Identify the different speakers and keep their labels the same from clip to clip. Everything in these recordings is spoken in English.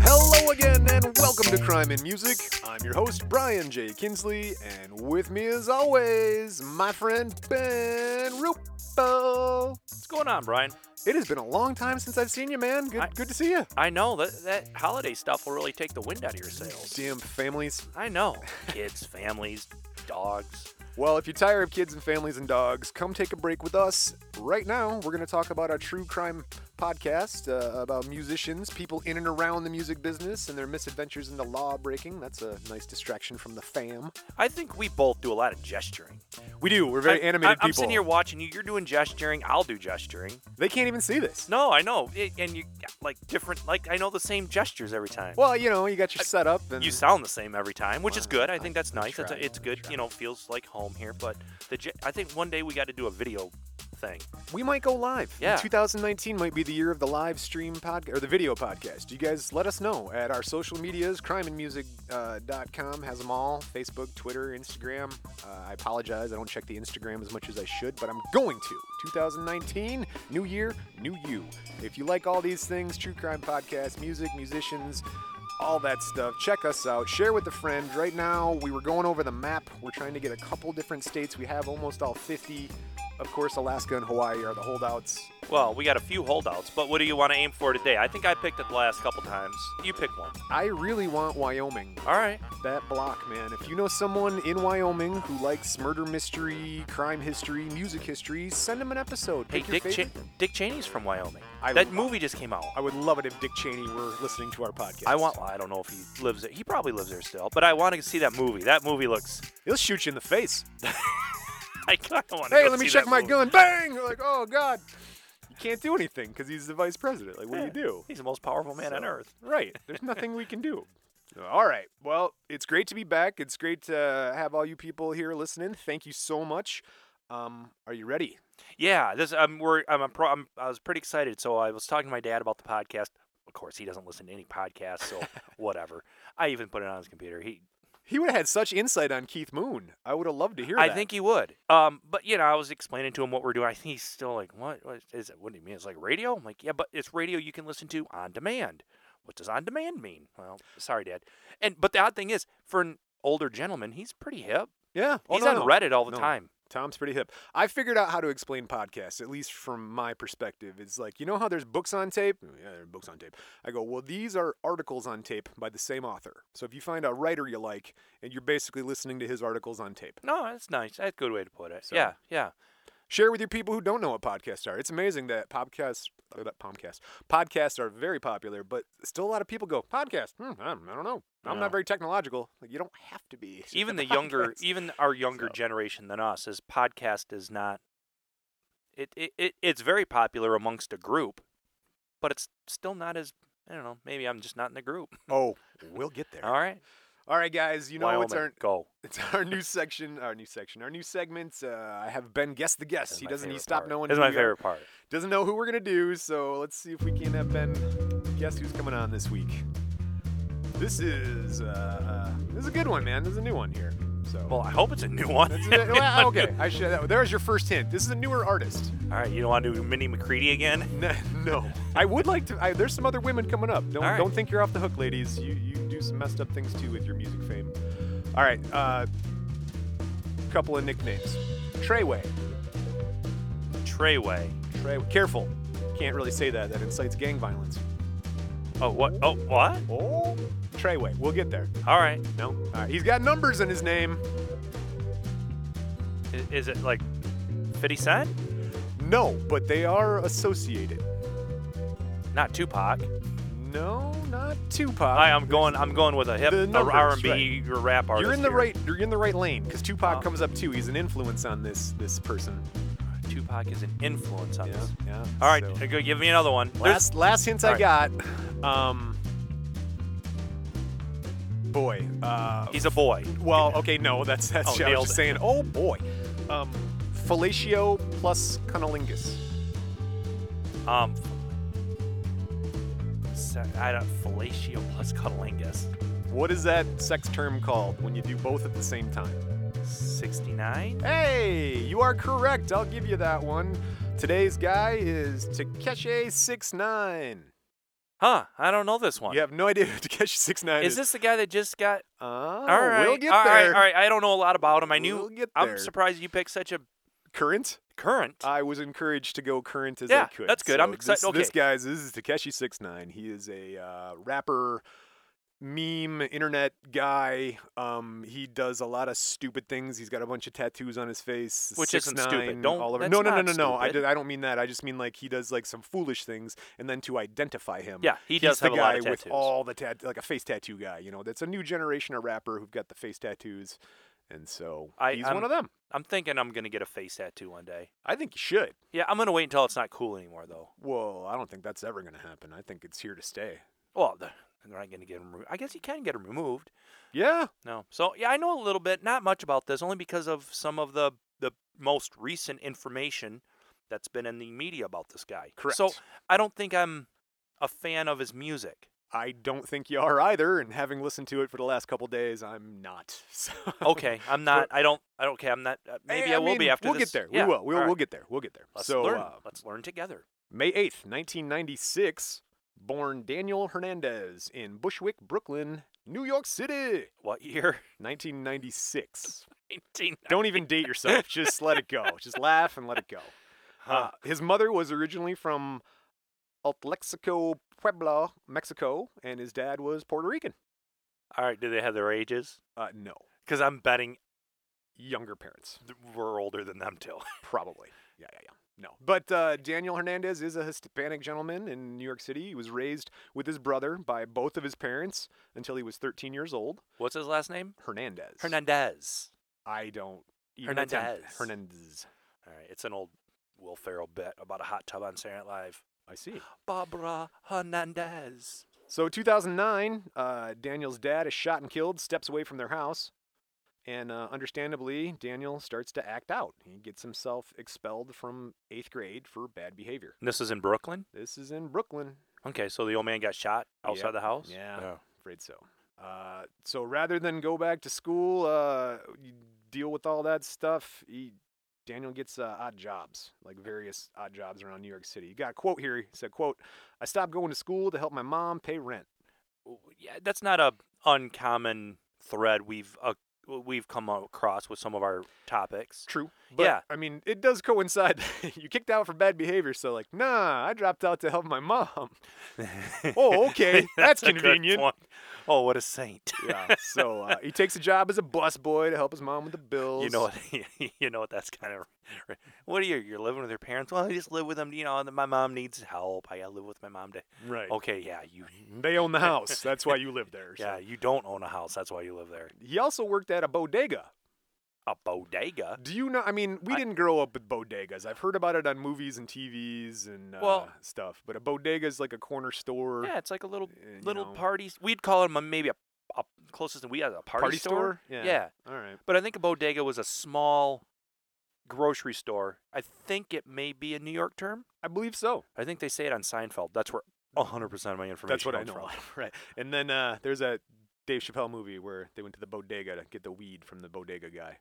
Speaker 1: Hello again, and welcome to Crime in Music. I'm your host, Brian J. Kinsley, and with me, as always, my friend Ben Rupo.
Speaker 2: What's going on, Brian?
Speaker 1: It has been a long time since I've seen you, man. Good,
Speaker 2: I-
Speaker 1: good to see you.
Speaker 2: I know that that holiday stuff will really take the wind out of your sails.
Speaker 1: Damn families.
Speaker 2: I know. Kids, families, dogs.
Speaker 1: Well, if you're tired of kids and families and dogs, come take a break with us. Right now, we're going to talk about our true crime podcast uh, about musicians, people in and around the music business, and their misadventures into law breaking. That's a nice distraction from the fam.
Speaker 2: I think we both do a lot of gesturing.
Speaker 1: We do. We're very
Speaker 2: I-
Speaker 1: animated
Speaker 2: I, I'm
Speaker 1: people.
Speaker 2: sitting here watching you. You're doing gesturing. I'll do gesturing.
Speaker 1: They can't even see this.
Speaker 2: No, I know. It- and you like different. Like I know the same gestures every time.
Speaker 1: Well, you know, you got your setup, and
Speaker 2: you sound the same every time, which is
Speaker 1: Well,
Speaker 2: good. I
Speaker 1: I-
Speaker 2: think that's nice. That's
Speaker 1: try,
Speaker 2: a, it's good.
Speaker 1: try.
Speaker 2: You know, feels like home here. But the ge- I think one day we got to do a video thing.
Speaker 1: we might go live.
Speaker 2: Yeah.
Speaker 1: 2019 might be the year of the live stream podcast or the video podcast. You guys let us know at our social medias. Crimeandmusic.com has them all Facebook, Twitter, Instagram. Uh, I apologize. I don't check the Instagram as much as I should, but I'm going to. 2019, new year, new you. If you like all these things true crime podcasts, music, musicians, all that stuff. Check us out. Share with a friend. Right now, we were going over the map. We're trying to get a couple different states. We have almost all 50. Of course, Alaska and Hawaii are the holdouts.
Speaker 2: Well, we got a few holdouts, but what do you want to aim for today? I think I picked it the last couple times. You pick one.
Speaker 1: I really want Wyoming.
Speaker 2: All right.
Speaker 1: That block, man. If you know someone in Wyoming who likes murder mystery, crime history, music history, send them an episode.
Speaker 2: Hey,
Speaker 1: Pick your
Speaker 2: Dick,
Speaker 1: favorite.
Speaker 2: Cha- Dick Cheney's from Wyoming.
Speaker 1: I
Speaker 2: that
Speaker 1: love-
Speaker 2: movie just came out.
Speaker 1: I would love it if Dick Cheney were listening to our podcast.
Speaker 2: I want. Well, I don't know if he lives there. He probably lives there still, but I want to see that movie. That movie looks.
Speaker 1: He'll shoot you in the face.
Speaker 2: I kind of want to.
Speaker 1: Hey, let me
Speaker 2: see
Speaker 1: check
Speaker 2: that
Speaker 1: my
Speaker 2: movie.
Speaker 1: gun. Bang! You're like, oh god. You can't do anything because he's the vice president. Like, what do
Speaker 2: Yeah.
Speaker 1: you do?
Speaker 2: He's the most powerful man on
Speaker 1: So,
Speaker 2: earth.
Speaker 1: Right. There's nothing we can do. All right. Well, it's great to be back. It's great to have all you people here listening. Thank you so much. Um, are you ready?
Speaker 2: Yeah, this I'm we're I'm, I'm, pro, I'm I was pretty excited. So I was talking to my dad about the podcast. Of course, he doesn't listen to any podcasts, so whatever. I even put it on his computer. He
Speaker 1: He would have had such insight on Keith Moon. I would have loved to hear
Speaker 2: I
Speaker 1: that.
Speaker 2: think he would. Um, but you know, I was explaining to him what we're doing. I think he's still like, "What, what is it? What do you mean? It's like radio?" I'm like, "Yeah, but it's radio you can listen to on demand." What does on demand mean? Well, sorry, Dad. And but the odd thing is, for an older gentleman, he's pretty hip.
Speaker 1: Yeah. Oh,
Speaker 2: he's
Speaker 1: no,
Speaker 2: on
Speaker 1: no.
Speaker 2: Reddit all the
Speaker 1: No.
Speaker 2: time.
Speaker 1: Tom's pretty hip. I figured out how to explain podcasts, at least from my perspective. It's like, you know how there's books on tape? Yeah, there are books on tape. I go, well, these are articles on tape by the same author. So if you find a writer you like, and you're basically listening to his articles on tape.
Speaker 2: No, that's nice. That's a good way to put it.
Speaker 1: So-
Speaker 2: Yeah, yeah.
Speaker 1: Share with your people who don't know what podcasts are. It's amazing that podcasts, uh, that podcasts, podcasts are very popular, but still a lot of people go podcast. Hmm, I don't I don't know. I'm
Speaker 2: Yeah.
Speaker 1: not very technological. Like you don't have to be. It's just
Speaker 2: Even
Speaker 1: a
Speaker 2: the younger, e
Speaker 1: podcast.
Speaker 2: even our younger
Speaker 1: So-
Speaker 2: generation than us, is podcast is not. It, it it it's very popular amongst a group, but it's still not as I don't know. Maybe I'm just not in the group.
Speaker 1: oh, we'll get there.
Speaker 2: All right.
Speaker 1: All right, guys. You know it's
Speaker 2: Uh, Wyoming,
Speaker 1: our
Speaker 2: go.
Speaker 1: it's our new section, our new section, our new segment. Uh, I have Ben guess the guess.
Speaker 2: That's
Speaker 1: he
Speaker 2: my
Speaker 1: doesn't. He
Speaker 2: favorite
Speaker 1: stopped
Speaker 2: part.
Speaker 1: knowing.
Speaker 2: That's
Speaker 1: who
Speaker 2: my
Speaker 1: we are-
Speaker 2: favorite part.
Speaker 1: Doesn't know who we're gonna do. So let's see if we can have Ben guess who's coming on this week. This is uh, this is a good one, man. This is a new one here. So
Speaker 2: Well, I hope it's a new one.
Speaker 1: That's it. Well, okay, I should. That, there's your first hint. This is a newer artist.
Speaker 2: All right, you don't want to do Minnie McCready again?
Speaker 1: No, no. I would like to. I, there's some other women coming up. Don't
Speaker 2: All right.
Speaker 1: don't think you're off the hook, ladies. You you do some messed up things too with your music fame. All right. Uh, couple of nicknames. Treyway.
Speaker 2: Treyway.
Speaker 1: Trey. Careful. Can't really say that. That incites gang violence.
Speaker 2: Oh what? Oh what?
Speaker 1: Oh. Treyway. We'll get there.
Speaker 2: All right.
Speaker 1: No. All right. He's got numbers in his name.
Speaker 2: I- Is, it like 50 Cent?
Speaker 1: No, but they are associated.
Speaker 2: Not Tupac.
Speaker 1: No, not Tupac.
Speaker 2: I, I'm going. I'm going with a hip
Speaker 1: The
Speaker 2: a
Speaker 1: numbers,
Speaker 2: R&B or rap artist.
Speaker 1: You're in the
Speaker 2: here.
Speaker 1: right. You're in the right lane because Tupac
Speaker 2: Oh.
Speaker 1: comes up too. He's an influence on this this person.
Speaker 2: Tupac is an influence on this.
Speaker 1: yeah.
Speaker 2: All right,
Speaker 1: so-
Speaker 2: uh, go give me another one. There's-
Speaker 1: last last hint I
Speaker 2: all
Speaker 1: got. Um. Boy. Uh.
Speaker 2: he's a boy.
Speaker 1: Well, okay, no, that's that's.
Speaker 2: Oh,
Speaker 1: I was
Speaker 2: nailed
Speaker 1: just
Speaker 2: it.
Speaker 1: saying. Oh boy. Um. Fellatio plus cunnilingus.
Speaker 2: Um, se- I don't. Fellatio plus cunnilingus.
Speaker 1: What is that sex term called when you do both at the same time?
Speaker 2: 69.
Speaker 1: Hey, you are correct. I'll give you that one. Today's guy is Takeshi Six Nine.
Speaker 2: Huh? I don't know this one.
Speaker 1: You have no idea who Takeshi Six Nine
Speaker 2: Is
Speaker 1: is.
Speaker 2: this the guy that just got?
Speaker 1: Oh,
Speaker 2: all right,
Speaker 1: we'll get
Speaker 2: all right,
Speaker 1: there.
Speaker 2: all right. I don't know a lot about him. I knew.
Speaker 1: We'll get there. Um,
Speaker 2: I'm surprised you picked such a
Speaker 1: Current.
Speaker 2: current.
Speaker 1: I was encouraged to go current as I
Speaker 2: Yeah,
Speaker 1: could.
Speaker 2: that's good.
Speaker 1: So
Speaker 2: I'm excited-
Speaker 1: This, this
Speaker 2: okay.
Speaker 1: guy's this is Takeshi Six Nine. He is a uh, rapper, meme, internet guy. Um, he does a lot of stupid things. He's got a bunch of tattoos on his face.
Speaker 2: Which isn't stupid.
Speaker 1: 6ix9ine,
Speaker 2: Don't-
Speaker 1: All over.
Speaker 2: that's
Speaker 1: no, no, no,
Speaker 2: not
Speaker 1: no, no. I
Speaker 2: stupid.
Speaker 1: did. I don't mean that. I just mean like he does like some foolish things, and then to identify him.
Speaker 2: yeah, he
Speaker 1: he's
Speaker 2: does
Speaker 1: the
Speaker 2: have a
Speaker 1: guy
Speaker 2: lot of tattoos.
Speaker 1: with all the tat, like a face tattoo guy. You know, that's a new generation of rapper who've got the face tattoos, and so
Speaker 2: I-
Speaker 1: he's
Speaker 2: I'm-
Speaker 1: one of them.
Speaker 2: I'm thinking I'm gonna get a face tattoo one day.
Speaker 1: I think you should.
Speaker 2: Yeah, I'm gonna wait until it's not cool anymore, though.
Speaker 1: Whoa, I don't think that's ever going to happen. I think it's here to stay.
Speaker 2: Well, the, I'm not gonna get them. Re- I guess you can get them removed.
Speaker 1: Yeah.
Speaker 2: No. So yeah, I know a little bit, not much about this, only because of some of the the most recent information that's been in the media about this guy. So
Speaker 1: Correct.
Speaker 2: I don't think I'm a fan of his music.
Speaker 1: I don't think you are either, and having listened to it for the last couple days, I'm not. So
Speaker 2: Okay, I'm not. I don't. I don't. Okay, I'm not. Uh, maybe
Speaker 1: Hey,
Speaker 2: I, will
Speaker 1: mean,
Speaker 2: be after
Speaker 1: We'll
Speaker 2: this.
Speaker 1: get there.
Speaker 2: Yeah,
Speaker 1: We will. We'll,
Speaker 2: all right.
Speaker 1: we'll get there. We'll get there.
Speaker 2: Let's
Speaker 1: so,
Speaker 2: learn.
Speaker 1: uh,
Speaker 2: Let's learn together.
Speaker 1: May 8th, 1996, born Daniel Hernandez in Bushwick, Brooklyn, New York City.
Speaker 2: What year?
Speaker 1: 1996.
Speaker 2: 19.
Speaker 1: Don't even date yourself. Just let it go. Just laugh and let it go. Uh, his mother was originally from Altlexico, Puebla, Mexico, and his dad was Puerto Rican.
Speaker 2: All right. Do they have their ages?
Speaker 1: Uh, no,
Speaker 2: Because I'm betting
Speaker 1: younger parents,
Speaker 2: th- we're older than them too.
Speaker 1: probably. Yeah, yeah, yeah. No, but uh, Daniel Hernandez is a Hispanic gentleman in New York City. He was raised with his brother by both of his parents until he was 13 years old.
Speaker 2: What's his last name?
Speaker 1: Hernandez.
Speaker 2: Hernandez.
Speaker 1: I don't. Even attempt-
Speaker 2: Hernandez.
Speaker 1: Hernandez.
Speaker 2: All right. It's an old Will Ferrell bit about a hot tub on Saturday Night Live.
Speaker 1: I see.
Speaker 2: Barbara Hernandez.
Speaker 1: So 2009, uh, Daniel's dad is shot and killed, steps away from their house. And uh, understandably, Daniel starts to act out. He gets himself expelled from eighth grade for bad behavior.
Speaker 2: This is in Brooklyn.
Speaker 1: This is in Brooklyn.
Speaker 2: Okay, so the old man got shot
Speaker 1: Yep.
Speaker 2: outside the house. Oh.
Speaker 1: Yeah. Afraid so. Uh, so rather than go back to school, uh, you deal with all that stuff, he, Daniel gets uh, odd jobs, like various odd jobs around New York City. You got a quote here. He said, quote, I stopped going to school to help my mom pay rent.
Speaker 2: W- yeah, that's not a uncommon thread we've uh, we've come across with some of our topics.
Speaker 1: True. But,
Speaker 2: Yeah.
Speaker 1: I mean, it does coincide. you kicked out for bad behavior, so like, nah, I dropped out to help my mom. Oh, okay. That's
Speaker 2: a good
Speaker 1: convenient.
Speaker 2: point. Oh, what a saint.
Speaker 1: yeah. So uh, he takes a job as a busboy to help his mom with the bills.
Speaker 2: You know what? You know what? That's kind of. What are you? You're living with your parents. Well, I just live with them. You know, and my mom needs help. I gotta live with my mom. To,
Speaker 1: Right.
Speaker 2: okay, yeah, you.
Speaker 1: They own the house. That's why you live there. so.
Speaker 2: Oh. Yeah, you don't own a house. That's why you live there.
Speaker 1: He also worked at a bodega.
Speaker 2: A bodega.
Speaker 1: Do you know? I mean, we
Speaker 2: I-
Speaker 1: didn't grow up with bodegas. I've heard about it on movies and TVs and uh,
Speaker 2: Well-
Speaker 1: stuff. But a bodega is like a corner store.
Speaker 2: Yeah, it's like a little
Speaker 1: uh, you
Speaker 2: little
Speaker 1: know.
Speaker 2: party. We'd call them a, maybe a, a closest thing we had a party,
Speaker 1: Party store? Yeah.
Speaker 2: Yeah.
Speaker 1: All right.
Speaker 2: but I think a bodega was a small grocery store. I think it may be a New York term.
Speaker 1: I believe so.
Speaker 2: I think they say it on Seinfeld. That's where 100 percent of my information
Speaker 1: That's what I
Speaker 2: comes
Speaker 1: know.
Speaker 2: from.
Speaker 1: of, right. And then uh, there's a Dave Chappelle movie where they went to the bodega to get the weed from the bodega guy.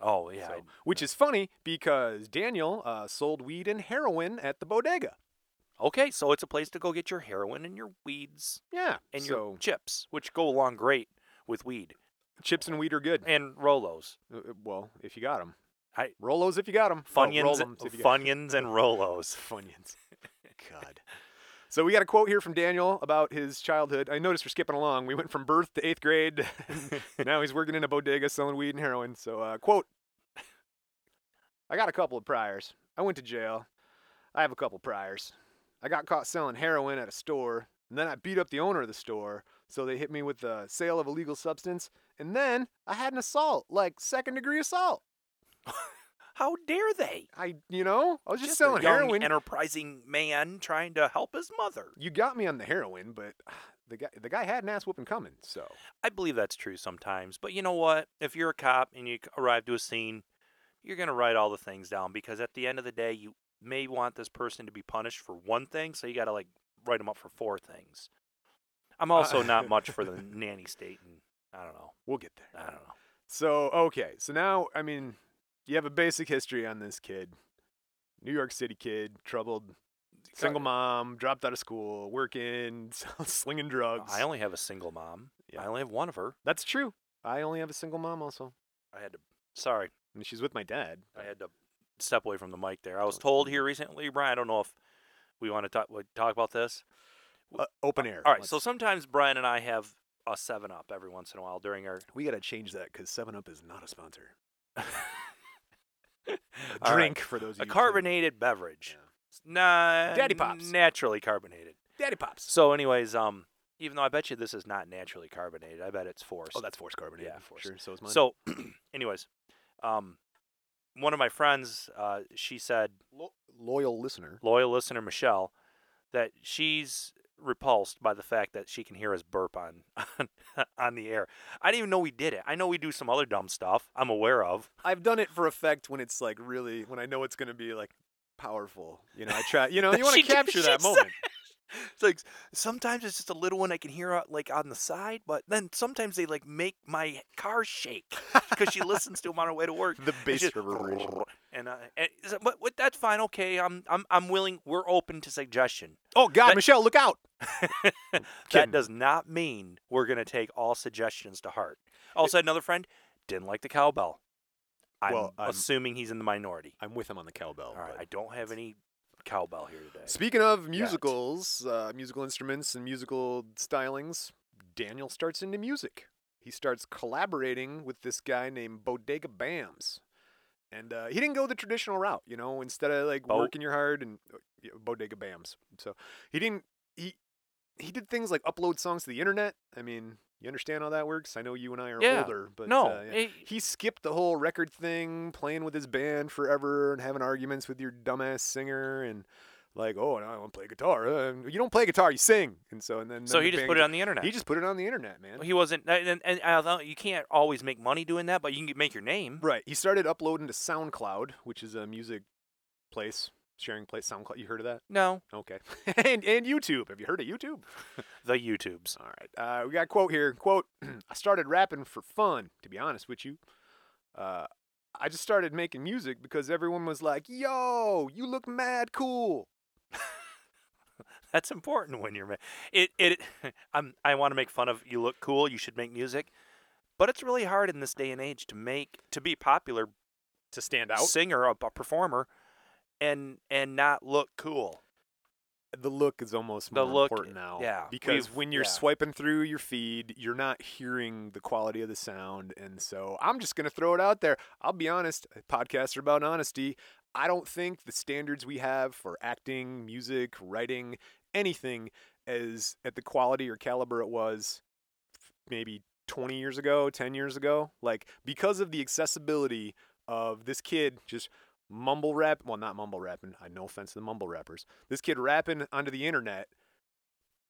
Speaker 2: Oh yeah,
Speaker 1: So-
Speaker 2: I-
Speaker 1: which is funny because Daniel uh, sold weed and heroin at the bodega.
Speaker 2: Okay, so it's a place to go get your heroin and your weeds
Speaker 1: Yeah.
Speaker 2: and
Speaker 1: so
Speaker 2: your chips, which go along great with weed
Speaker 1: chips and weed are good.
Speaker 2: and Rolos,
Speaker 1: Uh, uh, well, if you got them.
Speaker 2: I-
Speaker 1: Oh, Rolos if you got them.
Speaker 2: Funyuns,
Speaker 1: if you got 'em.
Speaker 2: Funyuns and Rolos.
Speaker 1: Funyuns. God. So we got a quote here from Daniel about his childhood. I noticed we're skipping along. We went from birth to eighth grade. now he's working in a bodega selling weed and heroin. So uh, quote: I got a couple of priors. I went to jail. I have a couple priors. I got caught selling heroin at a store, and then I beat up the owner of the store. So they hit me with the sale of illegal substance, and then I had an assault, like second degree assault.
Speaker 2: How dare they?
Speaker 1: I, you know, I was just,
Speaker 2: Just a
Speaker 1: selling
Speaker 2: young,
Speaker 1: heroin.
Speaker 2: enterprising man trying to help his mother.
Speaker 1: you got me on the heroin, but the guy the guy had an ass whooping coming. So
Speaker 2: I believe that's true sometimes, but you know what? If you're a cop and you c- arrive to a scene, you're going to write all the things down because at the end of the day, you may want this person to be punished for one thing, so you got to like write them up for four things. I'm also not much for the nanny state, and I don't know.
Speaker 1: we'll get there.
Speaker 2: I don't know.
Speaker 1: So okay, so now I mean, you have a basic history on this kid, New York City kid, troubled, single mom, dropped out of school, working, slinging drugs.
Speaker 2: I only have a single mom.
Speaker 1: Yeah.
Speaker 2: I only have one of her.
Speaker 1: That's true. I only have a single mom also.
Speaker 2: I had to. Sorry,
Speaker 1: I mean, she's with my dad.
Speaker 2: I had to step away from the mic there. I was told here recently, Brian. I don't know if we want to talk we talk about this.
Speaker 1: Uh, open air.
Speaker 2: All right.
Speaker 1: Let's-
Speaker 2: So sometimes Brian and I have a seven up every once in a while during our
Speaker 1: we got to change that because 7 Up is not a sponsor. A
Speaker 2: All right.
Speaker 1: drink for those of
Speaker 2: a
Speaker 1: you. who-
Speaker 2: carbonated beverage.
Speaker 1: Yeah.
Speaker 2: Nah,
Speaker 1: Daddy Pops.
Speaker 2: Naturally carbonated.
Speaker 1: Daddy Pops.
Speaker 2: So, anyways, um, even though I bet you this is not naturally carbonated, I bet it's forced.
Speaker 1: Oh, that's forced carbonated.
Speaker 2: Yeah, forced.
Speaker 1: Sure. So is mine.
Speaker 2: so. anyways, um, one of my friends, uh, she said,
Speaker 1: Lo- loyal listener.
Speaker 2: loyal listener Michelle, that she's repulsed by the fact that she can hear us burp on on, on the air. I didn't even know we did it. I know we do some other dumb stuff. I'm aware of.
Speaker 1: I've done it for effect when it's like really when I know it's going to be like powerful. You know, I try. You know, you want
Speaker 2: She
Speaker 1: to
Speaker 2: did-
Speaker 1: capture
Speaker 2: she
Speaker 1: that
Speaker 2: said-
Speaker 1: moment.
Speaker 2: It's like sometimes it's just a little one I can hear out, like on the side, but then sometimes they like make my car shake because she listens to them on her way to work.
Speaker 1: The
Speaker 2: It's
Speaker 1: bass
Speaker 2: just
Speaker 1: reverberation.
Speaker 2: And, I, and so- but, but that's fine. Okay, I'm I'm I'm willing. We're open to suggestion.
Speaker 1: Oh God,
Speaker 2: That-
Speaker 1: Michelle, look out!
Speaker 2: That
Speaker 1: Kidding.
Speaker 2: does not mean we're gonna take all suggestions to heart.
Speaker 1: Eh
Speaker 2: Also, another friend didn't like the cowbell. I'm
Speaker 1: Well, I'm-
Speaker 2: assuming he's in the minority.
Speaker 1: I'm with him on the cowbell.
Speaker 2: All right,
Speaker 1: but-
Speaker 2: I don't have any cowbell here today.
Speaker 1: Speaking of musicals, uh, musical instruments, and musical stylings, Daniel starts into music. He starts collaborating with this guy named Bodega Bams. And uh, he didn't go the traditional route, you know, instead of like
Speaker 2: Bo-
Speaker 1: working your hard and uh, yeah, Bodega Bams. So he didn't, he, he did things like upload songs to the internet. I mean, you understand how that works? I know you and I are
Speaker 2: Yeah.
Speaker 1: older, but
Speaker 2: no, eh,
Speaker 1: uh, yeah
Speaker 2: it-
Speaker 1: he skipped the whole record thing, playing with his band forever and having arguments with your dumbass singer and like, oh, no, I don't play guitar. Uh, you don't play guitar, you sing. And so and then, then
Speaker 2: so
Speaker 1: the
Speaker 2: he just
Speaker 1: band
Speaker 2: put it
Speaker 1: goes-
Speaker 2: on the internet.
Speaker 1: He just put it on the internet, man.
Speaker 2: He wasn't, and, and, and although you can't always make money doing that, but you can make your name.
Speaker 1: right. He started uploading to SoundCloud, which is a music place, sharing place. SoundCloud. You heard of that?
Speaker 2: No,
Speaker 1: Okay. and and YouTube. Have you heard of YouTube?
Speaker 2: the YouTubes.
Speaker 1: All right. Uh, we got a quote here. Quote, I started rapping for fun, to be honest with you. Uh, I just started making music because everyone was like, yo, you look mad cool.
Speaker 2: That's important when you're. Ma- it it. I'm. I want to make fun of you. Look cool. You should make music, but it's really hard in this day and age to make to be popular
Speaker 1: To stand
Speaker 2: singer, a, a performer, and and not look cool.
Speaker 1: The look is almost
Speaker 2: The
Speaker 1: more
Speaker 2: look,
Speaker 1: important now.
Speaker 2: yeah,
Speaker 1: Because
Speaker 2: we've-
Speaker 1: when you're
Speaker 2: yeah.
Speaker 1: swiping through your feed, you're not hearing the quality of the sound. And so I'm just going to throw it out there. I'll be honest. Podcasts are about honesty. I don't think the standards we have for acting, music, writing, anything is at the quality or caliber it was maybe 20 years ago, 10 years ago. Like, because of the accessibility of this kid just mumble rap, well, not mumble rapping, I no offense to the mumble rappers, this kid rapping onto the internet,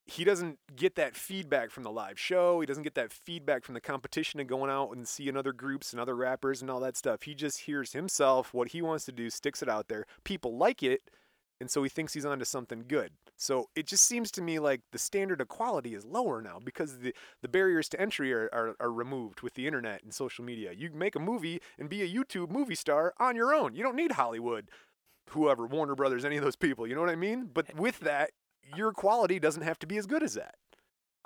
Speaker 1: he doesn't get that feedback from the live show. He doesn't get that feedback from the competition and going out and seeing other groups and other rappers and all that stuff. He just hears himself, what he wants to do, sticks it out there. People like it. And so he thinks he's onto something good. So it just seems to me like the standard of quality is lower now because the, the barriers to entry are, are, are removed with the internet and social media. You can make a movie and be a YouTube movie star on your own. You don't need Hollywood, whoever, Warner Brothers, any of those people. You know what I mean? But with that, your quality doesn't have to be as good as that.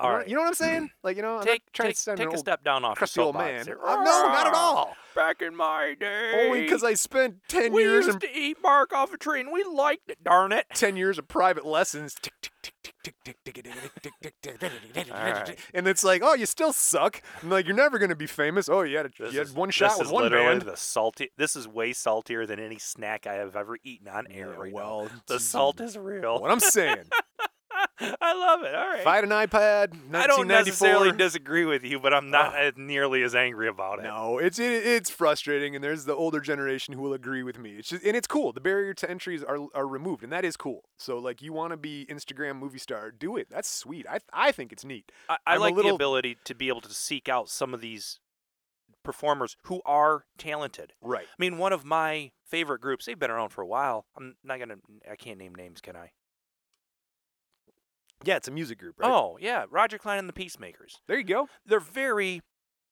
Speaker 1: You
Speaker 2: All
Speaker 1: know-
Speaker 2: right.
Speaker 1: You know what I'm saying? Like, you know, I'm
Speaker 2: take
Speaker 1: not trying
Speaker 2: take,
Speaker 1: to sound
Speaker 2: take
Speaker 1: an
Speaker 2: a
Speaker 1: old
Speaker 2: step down off
Speaker 1: crusty
Speaker 2: your
Speaker 1: old man.
Speaker 2: soapbox
Speaker 1: Uh,
Speaker 2: there.
Speaker 1: no, not at all.
Speaker 2: Back in my day,
Speaker 1: Only because I spent 10
Speaker 2: we
Speaker 1: years
Speaker 2: used
Speaker 1: in
Speaker 2: to eat bark off a tree and we liked it. Darn it.
Speaker 1: 10 years of private lessons. Tick, tick, tick, tick, tick, tick, tick, tick, tick, tick, tick, tick, tick, tick,
Speaker 2: Alright.
Speaker 1: And it's like, oh, you still suck. And like, you're never going to be famous. Oh, you had, a,
Speaker 2: This
Speaker 1: you had
Speaker 2: is-
Speaker 1: one shot
Speaker 2: this
Speaker 1: with
Speaker 2: is
Speaker 1: one
Speaker 2: literally
Speaker 1: band.
Speaker 2: The salty. This is way saltier than any snack I have ever eaten on air.
Speaker 1: Yeah,
Speaker 2: right now.
Speaker 1: well,
Speaker 2: the salt is real.
Speaker 1: What I'm saying.
Speaker 2: I love it. All right.
Speaker 1: If I had an iPad, 1994.
Speaker 2: I don't necessarily disagree with you, but I'm not as nearly as angry about it.
Speaker 1: No, it's it, it's frustrating, and there's the older generation who will agree with me. It's just, and it's cool. The barrier to entries are are removed, and that is cool. So like, you want to be Instagram movie star, do it. That's sweet. I I think it's neat.
Speaker 2: I, I
Speaker 1: I'm a
Speaker 2: like the
Speaker 1: little-
Speaker 2: ability to be able to seek out some of these performers who are talented.
Speaker 1: Right.
Speaker 2: I mean, one of my favorite groups, they've been around for a while. I'm not going to, I can't name names, can I?
Speaker 1: Yeah, it's a music group, right?
Speaker 2: Oh, yeah. Roger Klein and the Peacemakers.
Speaker 1: There you go.
Speaker 2: They're very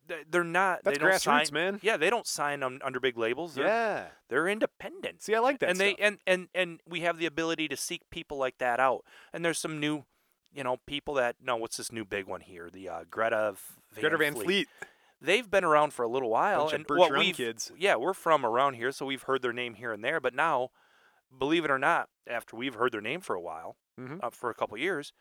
Speaker 2: they- they're not.
Speaker 1: That's
Speaker 2: they don't
Speaker 1: grassroots,
Speaker 2: sign,
Speaker 1: man.
Speaker 2: Yeah, they don't sign on, under big labels. They're,
Speaker 1: Yeah.
Speaker 2: they're independent.
Speaker 1: See, I like that.
Speaker 2: and they
Speaker 1: stuff.
Speaker 2: and and and we have the ability to seek people like that out. And there's some new, you know, people that no, what's this new big one here? The uh, Greta Van
Speaker 1: Greta Van Fleet.
Speaker 2: They've been around for a little while,
Speaker 1: Bunch of
Speaker 2: and what
Speaker 1: Bergeron
Speaker 2: we've-
Speaker 1: kids.
Speaker 2: yeah, we're from around here, so we've heard their name here and there. But now, believe it or not, after we've heard their name for a while,
Speaker 1: Mhm.
Speaker 2: uh, for a couple years,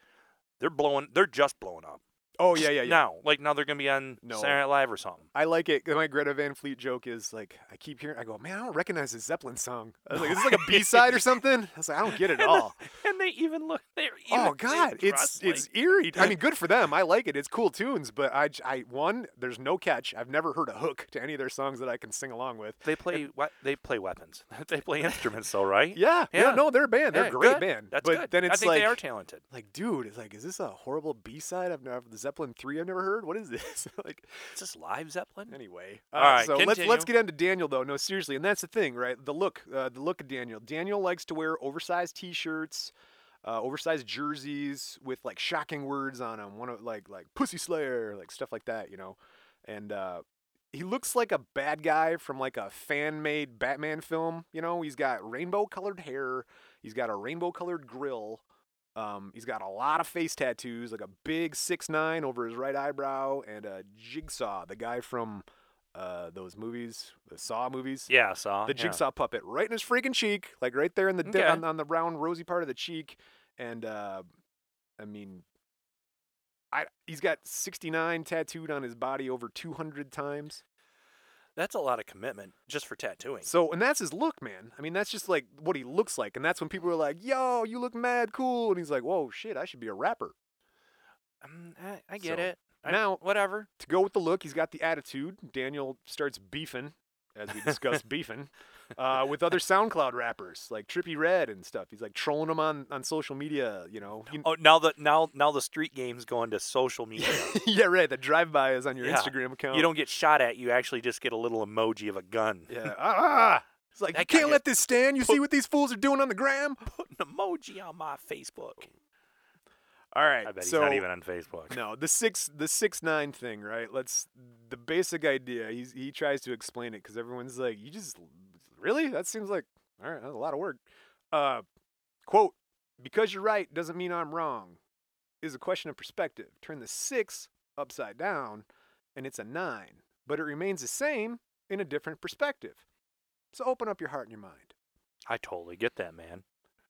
Speaker 2: they're blowing. They're just blowing up.
Speaker 1: Oh yeah, yeah, yeah.
Speaker 2: Now, like now, they're gonna be on
Speaker 1: No.
Speaker 2: Saturday Night Live or something.
Speaker 1: I like it. My Greta Van Fleet joke is like, I keep hearing, I go, man, I don't recognize this Zeppelin song. I was like, is this like a B side or something? I was like, I don't get it at
Speaker 2: And
Speaker 1: all.
Speaker 2: And they even look. They're even,
Speaker 1: Oh God,
Speaker 2: they
Speaker 1: it's
Speaker 2: dress like-
Speaker 1: it's eerie. I mean, good for them. I like it. It's cool tunes, but I, j- I one there's no catch. I've never heard a hook to any of their songs that I can sing along with.
Speaker 2: They play what? They play weapons. they play instruments, though, right?
Speaker 1: Yeah, yeah.
Speaker 2: Yeah.
Speaker 1: No, they're a band. They're a
Speaker 2: Yeah,
Speaker 1: great
Speaker 2: good.
Speaker 1: band.
Speaker 2: That's
Speaker 1: but
Speaker 2: good.
Speaker 1: then
Speaker 2: I
Speaker 1: it's
Speaker 2: think
Speaker 1: like,
Speaker 2: they are talented.
Speaker 1: like, dude, it's like, is this a horrible B side? I've never the Zeppelin three. I've never heard. What is this? like,
Speaker 2: Is this live Zeppelin?
Speaker 1: Anyway,
Speaker 2: All
Speaker 1: uh,
Speaker 2: right,
Speaker 1: So let's let's
Speaker 2: continue.
Speaker 1: get down to Daniel though. No, seriously, and that's the thing, right? The look, uh, the look of Daniel. Daniel likes to wear oversized T-shirts, uh, oversized jerseys with like shocking words on them. One of like like Pussy Slayer, like stuff like that, you know. And uh, he looks like a bad guy from like a fan-made Batman film. You know, he's got rainbow-colored hair. He's got a rainbow-colored grill. Um, he's got a lot of face tattoos, like a big six nine over his right eyebrow, and a jigsaw, the guy from uh, those movies, the Saw movies,
Speaker 2: Yeah, saw
Speaker 1: the
Speaker 2: yeah.
Speaker 1: jigsaw puppet, right in his freaking cheek, like right there in the di-
Speaker 2: Okay.
Speaker 1: on, on the round rosy part of the cheek, and uh, I mean, I he's got sixty nine tattooed on his body over two hundred times.
Speaker 2: That's a lot of commitment just for tattooing.
Speaker 1: So, and that's his look, man. I mean, that's just like what he looks like, and that's when people are like, "Yo, you look mad cool," and he's like, "Whoa, shit, I should be a rapper."
Speaker 2: Um, I, I get
Speaker 1: So,
Speaker 2: it. I-
Speaker 1: now-
Speaker 2: whatever.
Speaker 1: to go with the look, he's got the attitude. Daniel starts beefing, as we discussed, beefing uh, with other SoundCloud rappers like Trippy Red and stuff. He's like trolling them on, on social media, you know. You-
Speaker 2: Oh, now that now now the street game's going to social media.
Speaker 1: yeah, right. The drive by is on your
Speaker 2: Yeah.
Speaker 1: Instagram account.
Speaker 2: you don't get shot at. You actually just get a little emoji of a gun.
Speaker 1: Yeah. Ah! It's like,
Speaker 2: That
Speaker 1: you can't
Speaker 2: guy-
Speaker 1: let this stand. You see what these fools are doing on the gram?
Speaker 2: Put an emoji on my Facebook.
Speaker 1: All right.
Speaker 2: I bet he's
Speaker 1: so,
Speaker 2: not even on Facebook.
Speaker 1: No, the six the six nine thing, right? Let's the basic idea. He's, he tries to explain it because everyone's like, "You just really? That seems like all right. That's a lot of work." Uh, quote: "Because you're right doesn't mean I'm wrong." Is a question of perspective. Turn the six upside down, and it's a nine, but it remains the same in a different perspective. So open up your heart and your mind.
Speaker 2: I totally get that, man.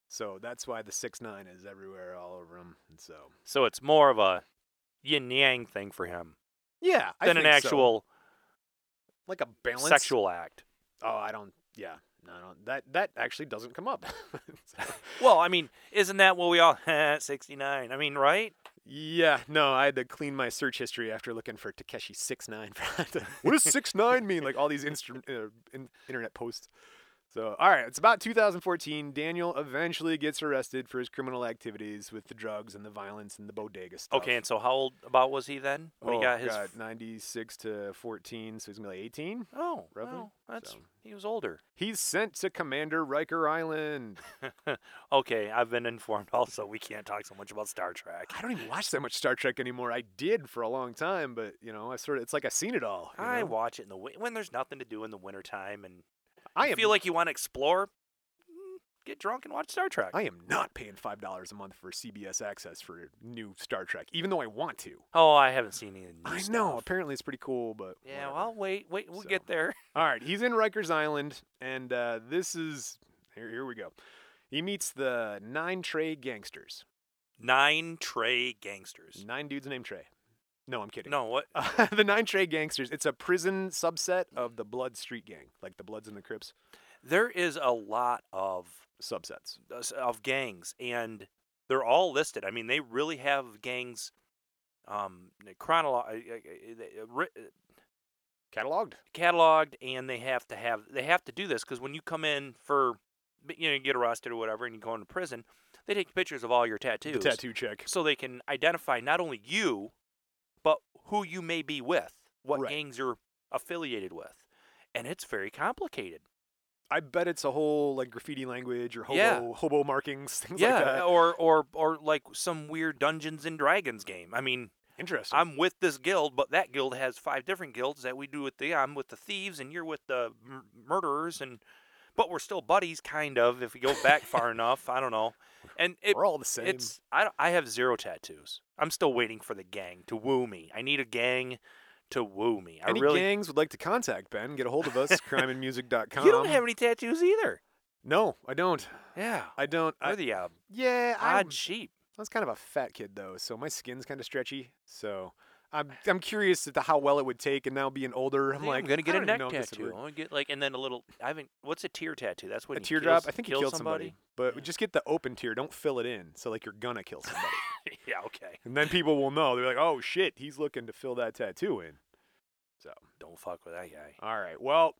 Speaker 1: So that's why the six nine is everywhere, all over him. And so
Speaker 2: So it's more of a yin yang thing for him
Speaker 1: yeah, I
Speaker 2: than an
Speaker 1: think so.
Speaker 2: actual
Speaker 1: like a balance.
Speaker 2: sexual act.
Speaker 1: Oh, I don't. Yeah, no, I don't. That that actually doesn't come up. So-
Speaker 2: Well, I mean, isn't that what we all 69? I mean, right?
Speaker 1: yeah, no, I had to clean my search history after looking for Takeshi six nine. what does six nine mean? Like all these instru- uh, in- internet posts. So, all right, it's about 2014. Daniel eventually gets arrested for his criminal activities with the drugs and the violence and the bodega stuff.
Speaker 2: Okay, and so how old about was he then when
Speaker 1: oh,
Speaker 2: he got his?
Speaker 1: God, 96 to 14, so he's gonna be like 18.
Speaker 2: oh,
Speaker 1: roughly,
Speaker 2: well, that's
Speaker 1: so.
Speaker 2: he was older.
Speaker 1: He's sent to Commander Riker Island.
Speaker 2: Okay, I've been informed also we can't talk so much about Star Trek.
Speaker 1: I don't even watch that much Star Trek anymore. I did for a long time, but you know, I sort of it's like I've seen it all. you
Speaker 2: I
Speaker 1: know?
Speaker 2: watch it in the wi- when there's nothing to do in the wintertime and
Speaker 1: I
Speaker 2: you
Speaker 1: am
Speaker 2: feel like you want to explore. mm, Get drunk and watch Star Trek.
Speaker 1: I am not paying five dollars a month for CBS access for new Star Trek, even though I want to.
Speaker 2: oh, I haven't seen any. Of the new
Speaker 1: I know.
Speaker 2: stuff.
Speaker 1: Apparently, it's pretty cool, but
Speaker 2: Yeah,
Speaker 1: whatever.
Speaker 2: well, wait, wait, we'll
Speaker 1: So.
Speaker 2: get there.
Speaker 1: All right, he's in Rikers Island, and uh, this is here. Here we go. He meets the nine Trey gangsters.
Speaker 2: Nine Trey gangsters.
Speaker 1: Nine dudes named Trey. No, I'm kidding. Uh
Speaker 2: No, what?
Speaker 1: the nine Trey gangsters. It's a prison subset of the Blood Street Gang, like the Bloods and the Crips
Speaker 2: There is a lot of
Speaker 1: subsets.
Speaker 2: us- of gangs, and they're all listed. I mean, they really have gangs um, chronolo- uh, ri-
Speaker 1: Cataloged.
Speaker 2: cataloged, and they have to have they have to do this because when you come in for you know you get arrested or whatever, and you go into prison, they take pictures of all your tattoos,
Speaker 1: The tattoo check.
Speaker 2: so they can identify not only you, but who you may be with, what
Speaker 1: Right.
Speaker 2: gangs you're affiliated with, and it's very complicated.
Speaker 1: I bet it's a whole like graffiti language or hobo
Speaker 2: Yeah.
Speaker 1: hobo markings, things
Speaker 2: yeah,
Speaker 1: like that.
Speaker 2: or or or like some weird Dungeons and Dragons game. I mean,
Speaker 1: Interesting.
Speaker 2: I'm with this guild, but that guild has five different guilds that we do with the. I'm with the thieves, and you're with the m- murderers, and but we're still buddies, kind of. If we go back far enough, I don't know. And it,
Speaker 1: We're all the same.
Speaker 2: it's I don't- I have zero tattoos. I'm still waiting for the gang to woo me. I need a gang to woo me. I
Speaker 1: Any
Speaker 2: really
Speaker 1: gangs would like to contact Ben, get a hold of us, crimeandmusic.com.
Speaker 2: you don't have any tattoos either.
Speaker 1: No, I don't.
Speaker 2: Yeah,
Speaker 1: I don't. I,
Speaker 2: you're the uh,
Speaker 1: yeah, I,
Speaker 2: odd sheep.
Speaker 1: I was kind of a fat kid though, so my skin's kind of stretchy. So I'm I'm curious as to how well it would take. And now being older, I'm
Speaker 2: Yeah,
Speaker 1: like,
Speaker 2: I'm gonna get
Speaker 1: I
Speaker 2: a
Speaker 1: don't
Speaker 2: neck
Speaker 1: even know if this would
Speaker 2: tattoo.
Speaker 1: work.
Speaker 2: I'm gonna get like, and then a little. I haven't. What's a tear tattoo? That's when
Speaker 1: A
Speaker 2: you
Speaker 1: teardrop.
Speaker 2: kills-
Speaker 1: I think you
Speaker 2: kill
Speaker 1: killed somebody, but just get the open tear. Don't fill it in. So like you're gonna kill somebody,
Speaker 2: somebody. yeah. Okay.
Speaker 1: and then people will know. They're like, oh shit, he's looking to fill that tattoo in.
Speaker 2: Don't fuck with that guy.
Speaker 1: All right. Well,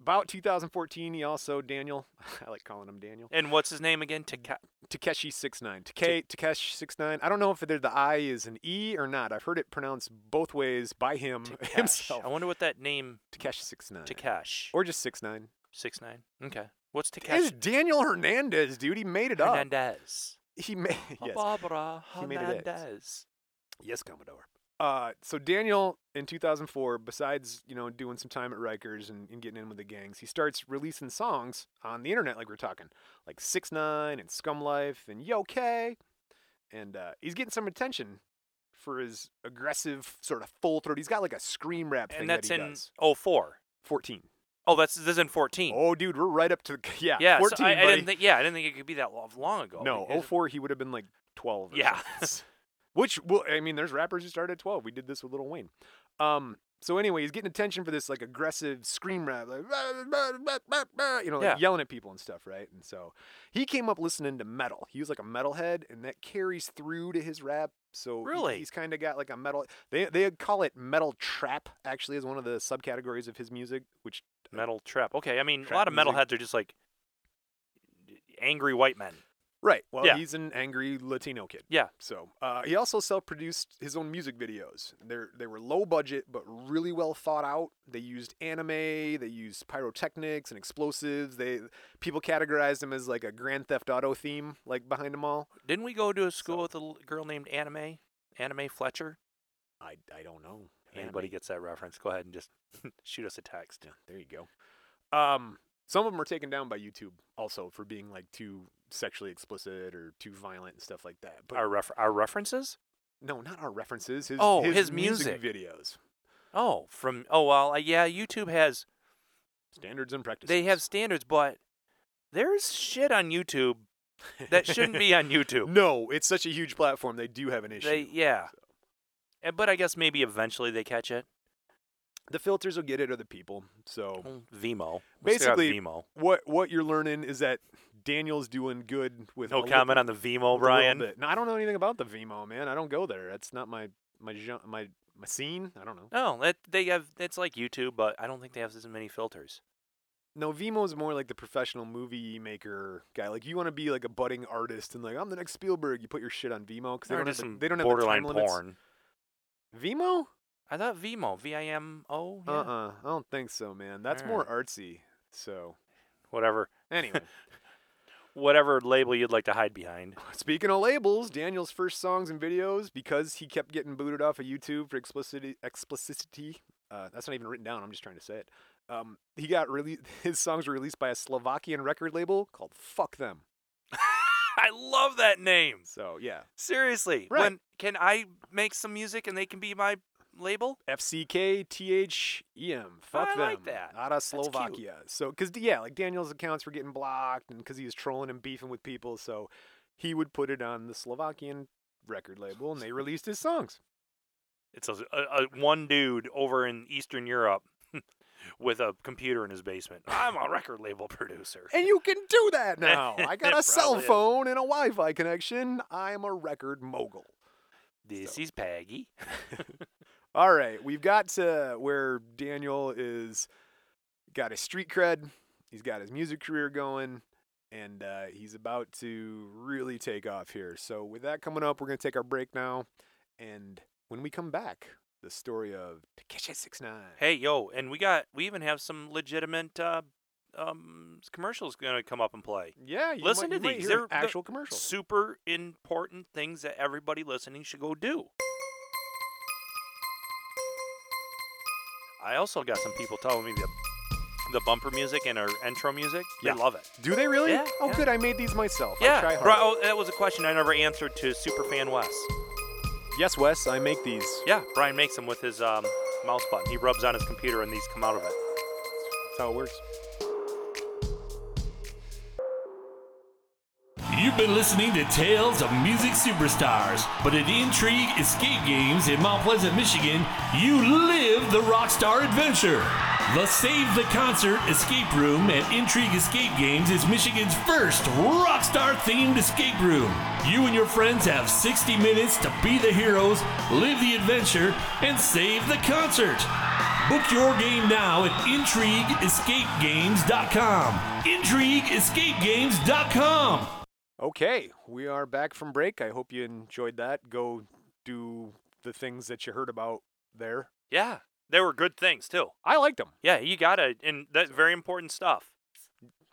Speaker 1: about 2014, he also Daniel. I like calling him Daniel.
Speaker 2: And what's his name again? Taka-
Speaker 1: Takeshi 69. Take Takeshi 69. I don't know if there the I is an E or not. I've heard it pronounced both ways by him
Speaker 2: Takesh.
Speaker 1: himself. Uh,
Speaker 2: I wonder what that name
Speaker 1: Takeshi 69.
Speaker 2: Takesh
Speaker 1: Or just 69.
Speaker 2: six nine. Okay. What's
Speaker 1: It's
Speaker 2: Takesh
Speaker 1: Daniel Hernandez, dude. He made it up.
Speaker 2: Hernandez?
Speaker 1: He made yes.
Speaker 2: Barbara
Speaker 1: He made it is.
Speaker 2: Hernandez.
Speaker 1: yes, Commodore. Uh, so Daniel in 2004, besides you know doing some time at Rikers and, and getting in with the gangs, he starts releasing songs on the internet, like we're talking, like Six Nine and Scum Life and Yo K, and uh, he's getting some attention for his aggressive sort of full throat. He's got like a scream rap thing
Speaker 2: And that's
Speaker 1: that he
Speaker 2: in
Speaker 1: does.
Speaker 2: 04.
Speaker 1: 14.
Speaker 2: Oh, that's this is in 14.
Speaker 1: Oh, dude, we're right up to the, yeah,
Speaker 2: yeah.
Speaker 1: 14.
Speaker 2: so I, I
Speaker 1: buddy.
Speaker 2: didn't think. Yeah, I didn't think it could be that lo- long ago.
Speaker 1: No,
Speaker 2: It- it-
Speaker 1: 04, he would have been like 12. Or
Speaker 2: Yeah.
Speaker 1: something. Which, well, I mean, there's rappers who started at 12. We did this with Lil Wayne. Um, so anyway, he's getting attention for this like aggressive scream rap, like, "Rah, rah, rah, rah, rah," you know, like,
Speaker 2: Yeah.
Speaker 1: yelling at people and stuff, right? And so he came up listening to metal. He was like a metalhead, and that carries through to his rap. So he-
Speaker 2: Really?
Speaker 1: he's kind of got like a metal. They they call it metal trap. Actually, is one of the subcategories of his music, which
Speaker 2: metal trap. Okay. I mean, a
Speaker 1: Trap
Speaker 2: lot of
Speaker 1: music.
Speaker 2: metalheads are just like angry white men.
Speaker 1: Right. Well,
Speaker 2: Yeah.
Speaker 1: he's an angry Latino kid.
Speaker 2: Yeah.
Speaker 1: So uh, he also self-produced his own music videos. They they were low budget but really well thought out. They used anime. They used pyrotechnics and explosives. They people categorized him as like a Grand Theft Auto theme, like behind them all.
Speaker 2: Didn't we go to a school
Speaker 1: So-
Speaker 2: with a l- girl named Anime? Anime Fletcher.
Speaker 1: I, I don't know.
Speaker 2: Anybody gets that reference? Go ahead and just shoot us a text.
Speaker 1: Yeah, there you go. Um, some of them are taken down by YouTube also for being like too sexually explicit or too violent and stuff like that. But
Speaker 2: Our refer- our references.
Speaker 1: no, not our references. His,
Speaker 2: Oh,
Speaker 1: his,
Speaker 2: his
Speaker 1: music
Speaker 2: music.
Speaker 1: videos.
Speaker 2: Oh, from oh well, uh, yeah. YouTube has
Speaker 1: Standards and practices.
Speaker 2: they have standards, but there's shit on YouTube that shouldn't be on YouTube.
Speaker 1: No, it's such a huge platform. They do have an issue.
Speaker 2: They e yeah, And- Eh, but I guess maybe eventually they catch it.
Speaker 1: the filters will get it, or the people. So
Speaker 2: Well, Vimeo, Oh, We still got
Speaker 1: Oh. Basically,
Speaker 2: Vimeo.
Speaker 1: what what you're learning is that Daniel's doing good with
Speaker 2: No comment on the Vimeo, Brian.
Speaker 1: No, I don't know anything about the Vimo, man. I don't go there. That's not my my gen- my my scene. I don't know.
Speaker 2: No, that they have. It's like YouTube, but I don't think they have as many filters.
Speaker 1: No, Vimo is more like the professional movie maker guy. Like you want to be like a budding artist and like I'm the next Spielberg. You put your shit on Vimo because they
Speaker 2: Or
Speaker 1: don't have
Speaker 2: just
Speaker 1: the,
Speaker 2: some
Speaker 1: they don't have the
Speaker 2: borderline
Speaker 1: time limits.
Speaker 2: porn.
Speaker 1: Vimo?
Speaker 2: I thought Vimeo, V I M O, yeah,
Speaker 1: Uh uh. I don't think so, man. That's more artsy. So
Speaker 2: whatever,
Speaker 1: anyway.
Speaker 2: whatever label you'd like to hide behind.
Speaker 1: Speaking of labels, Daniel's first songs and videos, because he kept getting booted off of YouTube for explicitity, explicitity uh, that's not even written down. I'm just trying to say it. Um, he got released. His songs were released by a Slovakian record label called Fuck Them.
Speaker 2: I love that name.
Speaker 1: So yeah,
Speaker 2: Seriously,
Speaker 1: Right.
Speaker 2: when can I make some music and they can be my label?
Speaker 1: F C K T H E M. Fuck
Speaker 2: I
Speaker 1: them.
Speaker 2: like that.
Speaker 1: Out of Slovakia. So, because yeah, like Daniel's accounts were getting blocked, and because he was trolling and beefing with people, so he would put it on the Slovakian record label, and they released his songs.
Speaker 2: It's a, a, a one dude over in Eastern Europe with a computer in his basement. I'm a record label producer.
Speaker 1: And you can do that now. I got a
Speaker 2: It
Speaker 1: cell
Speaker 2: probably is.
Speaker 1: phone and a Wi Fi connection. I'm a record mogul.
Speaker 2: This is Peggy.
Speaker 1: All right, we've got to where Daniel is got his street cred, he's got his music career going, and uh, he's about to really take off here. So, with that coming up, we're going to take our break now. And when we come back, the story of Takeshi 69
Speaker 2: Hey yo, and we got we even have some legitimate uh, um, commercials gonna come up and play.
Speaker 1: Yeah, you
Speaker 2: Listen
Speaker 1: might, you
Speaker 2: to
Speaker 1: might
Speaker 2: these.
Speaker 1: hear an
Speaker 2: They're- they're
Speaker 1: actual commercials.
Speaker 2: Super important things that everybody listening should go do. I also got some people telling me the the bumper music and our intro music.
Speaker 1: Yeah.
Speaker 2: They love it.
Speaker 1: Do they really?
Speaker 2: Yeah,
Speaker 1: oh,
Speaker 2: yeah.
Speaker 1: good. I made these myself. I
Speaker 2: Yeah,
Speaker 1: try hard.
Speaker 2: bro, oh, that was a question I never answered to Superfan Wes.
Speaker 1: Yes, Wes, I make these.
Speaker 2: Yeah, Brian makes them with his um, mouse button. He rubs on his computer and these come out of it.
Speaker 1: That's how it works.
Speaker 3: You've been listening to Tales of Music Superstars, but at Intrigue Escape Games in Mount Pleasant, Michigan, you live the rockstar adventure. The Save the Concert Escape Room at Intrigue Escape Games is Michigan's first rockstar themed escape room. You and your friends have 60 minutes to be the heroes, live the adventure, and save the concert. Book your game now at IntrigueEscapeGames.com. IntrigueEscapeGames.com.
Speaker 1: Okay, we are back from break. I hope you enjoyed that. Go do the things that you heard about there.
Speaker 2: Yeah, they were good things too.
Speaker 1: I liked them.
Speaker 2: Yeah, you gotta, and that's very important stuff.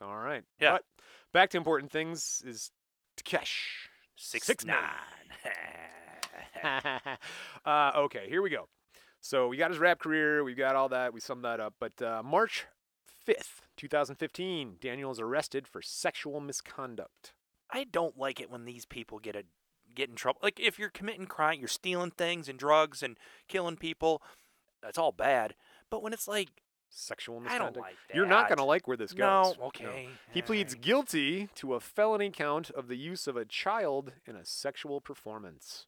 Speaker 1: All right.
Speaker 2: Yeah.
Speaker 1: But back to important things is Takesh.
Speaker 2: Six,
Speaker 1: Six
Speaker 2: nine.
Speaker 1: uh, okay, here we go. So we got his rap career, we got all that, we summed that up. But uh, March 5th, 2015, Daniel is arrested for sexual misconduct.
Speaker 2: I don't like it when these people get a get in trouble. Like if you're committing crime, you're stealing things and drugs and killing people. That's all bad. But when it's like,
Speaker 1: Sexual
Speaker 2: I don't
Speaker 1: misconduct.
Speaker 2: like
Speaker 1: You're not
Speaker 2: that.
Speaker 1: going to like where this
Speaker 2: no,
Speaker 1: goes.
Speaker 2: okay,
Speaker 1: He pleads
Speaker 2: alright.
Speaker 1: guilty to a felony count of the use of a child in a sexual performance.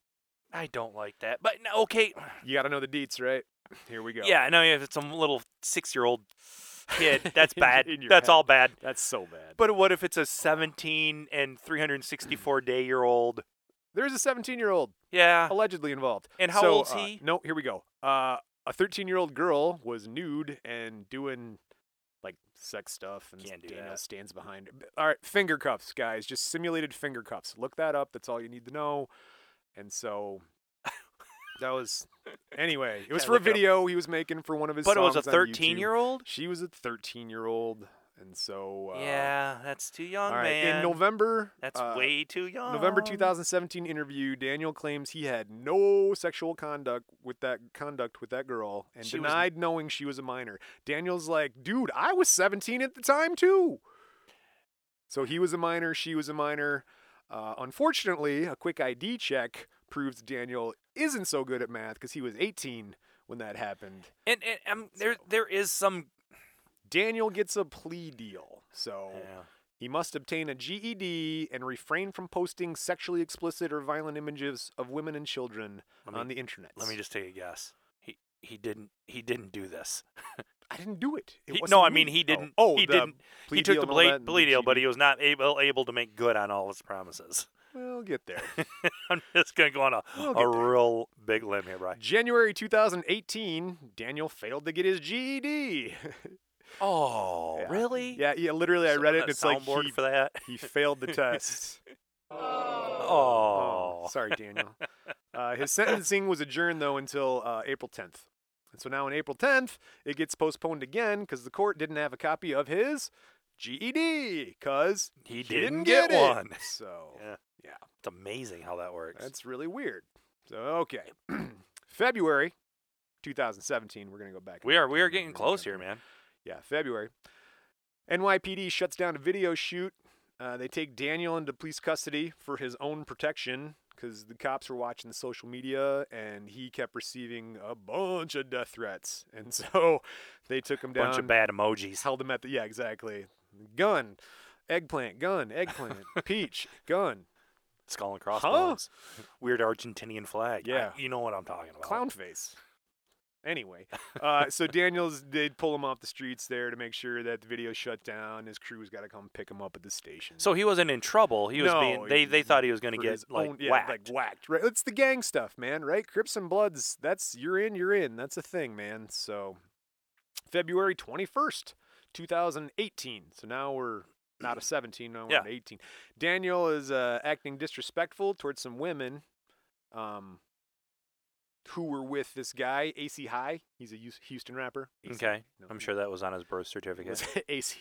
Speaker 2: I don't like that. But no, okay,
Speaker 1: You got to know the deets, right? Here we go.
Speaker 2: yeah, I know if it's some little six year old kid, that's
Speaker 1: In-
Speaker 2: bad.
Speaker 1: in your
Speaker 2: that's
Speaker 1: head.
Speaker 2: all bad.
Speaker 1: That's so bad.
Speaker 2: But what if it's a 17 and 364 day year old?
Speaker 1: There's a 17 year old
Speaker 2: Yeah.
Speaker 1: allegedly involved.
Speaker 2: Ah. And how
Speaker 1: So,
Speaker 2: old's
Speaker 1: uh,
Speaker 2: he?
Speaker 1: no, here we go. Uh, a 13 year old girl was nude and doing like sex stuff, and
Speaker 2: Can't do
Speaker 1: Daniel
Speaker 2: that.
Speaker 1: stands behind. B- All right, finger cuffs, guys. Just simulated finger cuffs. Look that up. That's all you need to know. And so that was anyway. It was
Speaker 2: Gotta
Speaker 1: for a
Speaker 2: look it up.
Speaker 1: video he was making for one of his.
Speaker 2: But it was a
Speaker 1: songs on YouTube.
Speaker 2: 13 year old?
Speaker 1: She was a 13 year old, and so uh,
Speaker 2: Yeah, that's too young,
Speaker 1: All right.
Speaker 2: man.
Speaker 1: In November,
Speaker 2: that's
Speaker 1: uh,
Speaker 2: way too young.
Speaker 1: November 2017 interview, Daniel claims he had no sexual conduct with that conduct with that girl and
Speaker 2: She was-
Speaker 1: denied knowing she was a minor. Daniel's like, "Dude, I was 17 at the time too." So he was a minor, she was a minor. Uh, unfortunately, a quick ID check proves Daniel isn't so good at math because he was 18 when that happened.
Speaker 2: And, and um, there, there is some.
Speaker 1: Daniel gets a plea deal, so
Speaker 2: Yeah.
Speaker 1: he must obtain a GED and refrain from posting sexually explicit or violent images of women and children
Speaker 2: Let me-
Speaker 1: on the internet.
Speaker 2: Let me just take a guess. He he didn't he didn't do this.
Speaker 1: I didn't do it. It
Speaker 2: He-
Speaker 1: wasn't
Speaker 2: no, I
Speaker 1: me.
Speaker 2: mean he
Speaker 1: Oh,
Speaker 2: didn't.
Speaker 1: Oh,
Speaker 2: he
Speaker 1: the
Speaker 2: didn't.
Speaker 1: plea
Speaker 2: He took
Speaker 1: deal
Speaker 2: the
Speaker 1: and all that
Speaker 2: blade,
Speaker 1: and the
Speaker 2: plea deal, but he
Speaker 1: GED.
Speaker 2: was not able able to make good on all his promises.
Speaker 1: E We'll get there.
Speaker 2: I'm just gonna go on a,
Speaker 1: We'll get
Speaker 2: a
Speaker 1: there.
Speaker 2: real big limb here, Brian.
Speaker 1: January 2018, Daniel failed to get his GED.
Speaker 2: Oh,
Speaker 1: Yeah.
Speaker 2: really?
Speaker 1: yeah, yeah. Literally, I
Speaker 2: Someone
Speaker 1: read it.
Speaker 2: had
Speaker 1: and
Speaker 2: a
Speaker 1: It's like
Speaker 2: soundboard
Speaker 1: he,
Speaker 2: for that.
Speaker 1: he failed the test.
Speaker 2: Oh,
Speaker 1: Um, sorry, Daniel. uh, his sentencing was adjourned though until uh, April 10th, and so now on April 10th it gets postponed again because the court didn't have a copy of his GED because
Speaker 2: He
Speaker 1: he
Speaker 2: didn't
Speaker 1: get,
Speaker 2: get one.
Speaker 1: It. So
Speaker 2: Yeah.
Speaker 1: yeah,
Speaker 2: It's amazing how that works.
Speaker 1: that's really weird. So okay, February 2017. We're gonna go back.
Speaker 2: we are we are getting close
Speaker 1: closer.
Speaker 2: here, man.
Speaker 1: Yeah, February. NYPD shuts down a video shoot. Uh, they take Daniel into police custody for his own protection because the cops were watching the social media and he kept receiving a bunch of death threats. And so they took him down.
Speaker 2: Bunch of bad emojis.
Speaker 1: Held him at the. Yeah, exactly. Gun, eggplant, gun, eggplant, peach, gun,
Speaker 2: Skull and crossbones. Weird Argentinian flag. I-
Speaker 1: Yeah.
Speaker 2: you know what I'm talking about.
Speaker 1: clown face. Anyway, uh, so Daniels did pull him off the streets there to make sure that the video shut down. His crew's got to come pick him up at the station.
Speaker 2: So he wasn't in trouble. He was
Speaker 1: No,
Speaker 2: being. They they thought he was gonna
Speaker 1: for
Speaker 2: get
Speaker 1: his
Speaker 2: like
Speaker 1: own- yeah,
Speaker 2: whacked.
Speaker 1: like whacked. Right, it's the gang stuff, man. Right, Crips and Bloods. That's you're in, you're in. That's a thing, man. So, February twenty first, two thousand eighteen. So now we're not a seventeen, now we're
Speaker 2: Yeah.
Speaker 1: at eighteen. Daniel is uh, acting disrespectful towards some women. Um, who were with this guy, AC High. He's a Hous- Houston rapper. AC.
Speaker 2: Okay.
Speaker 1: No,
Speaker 2: I'm sure that was on his birth
Speaker 1: it was
Speaker 2: certificate.
Speaker 1: AC.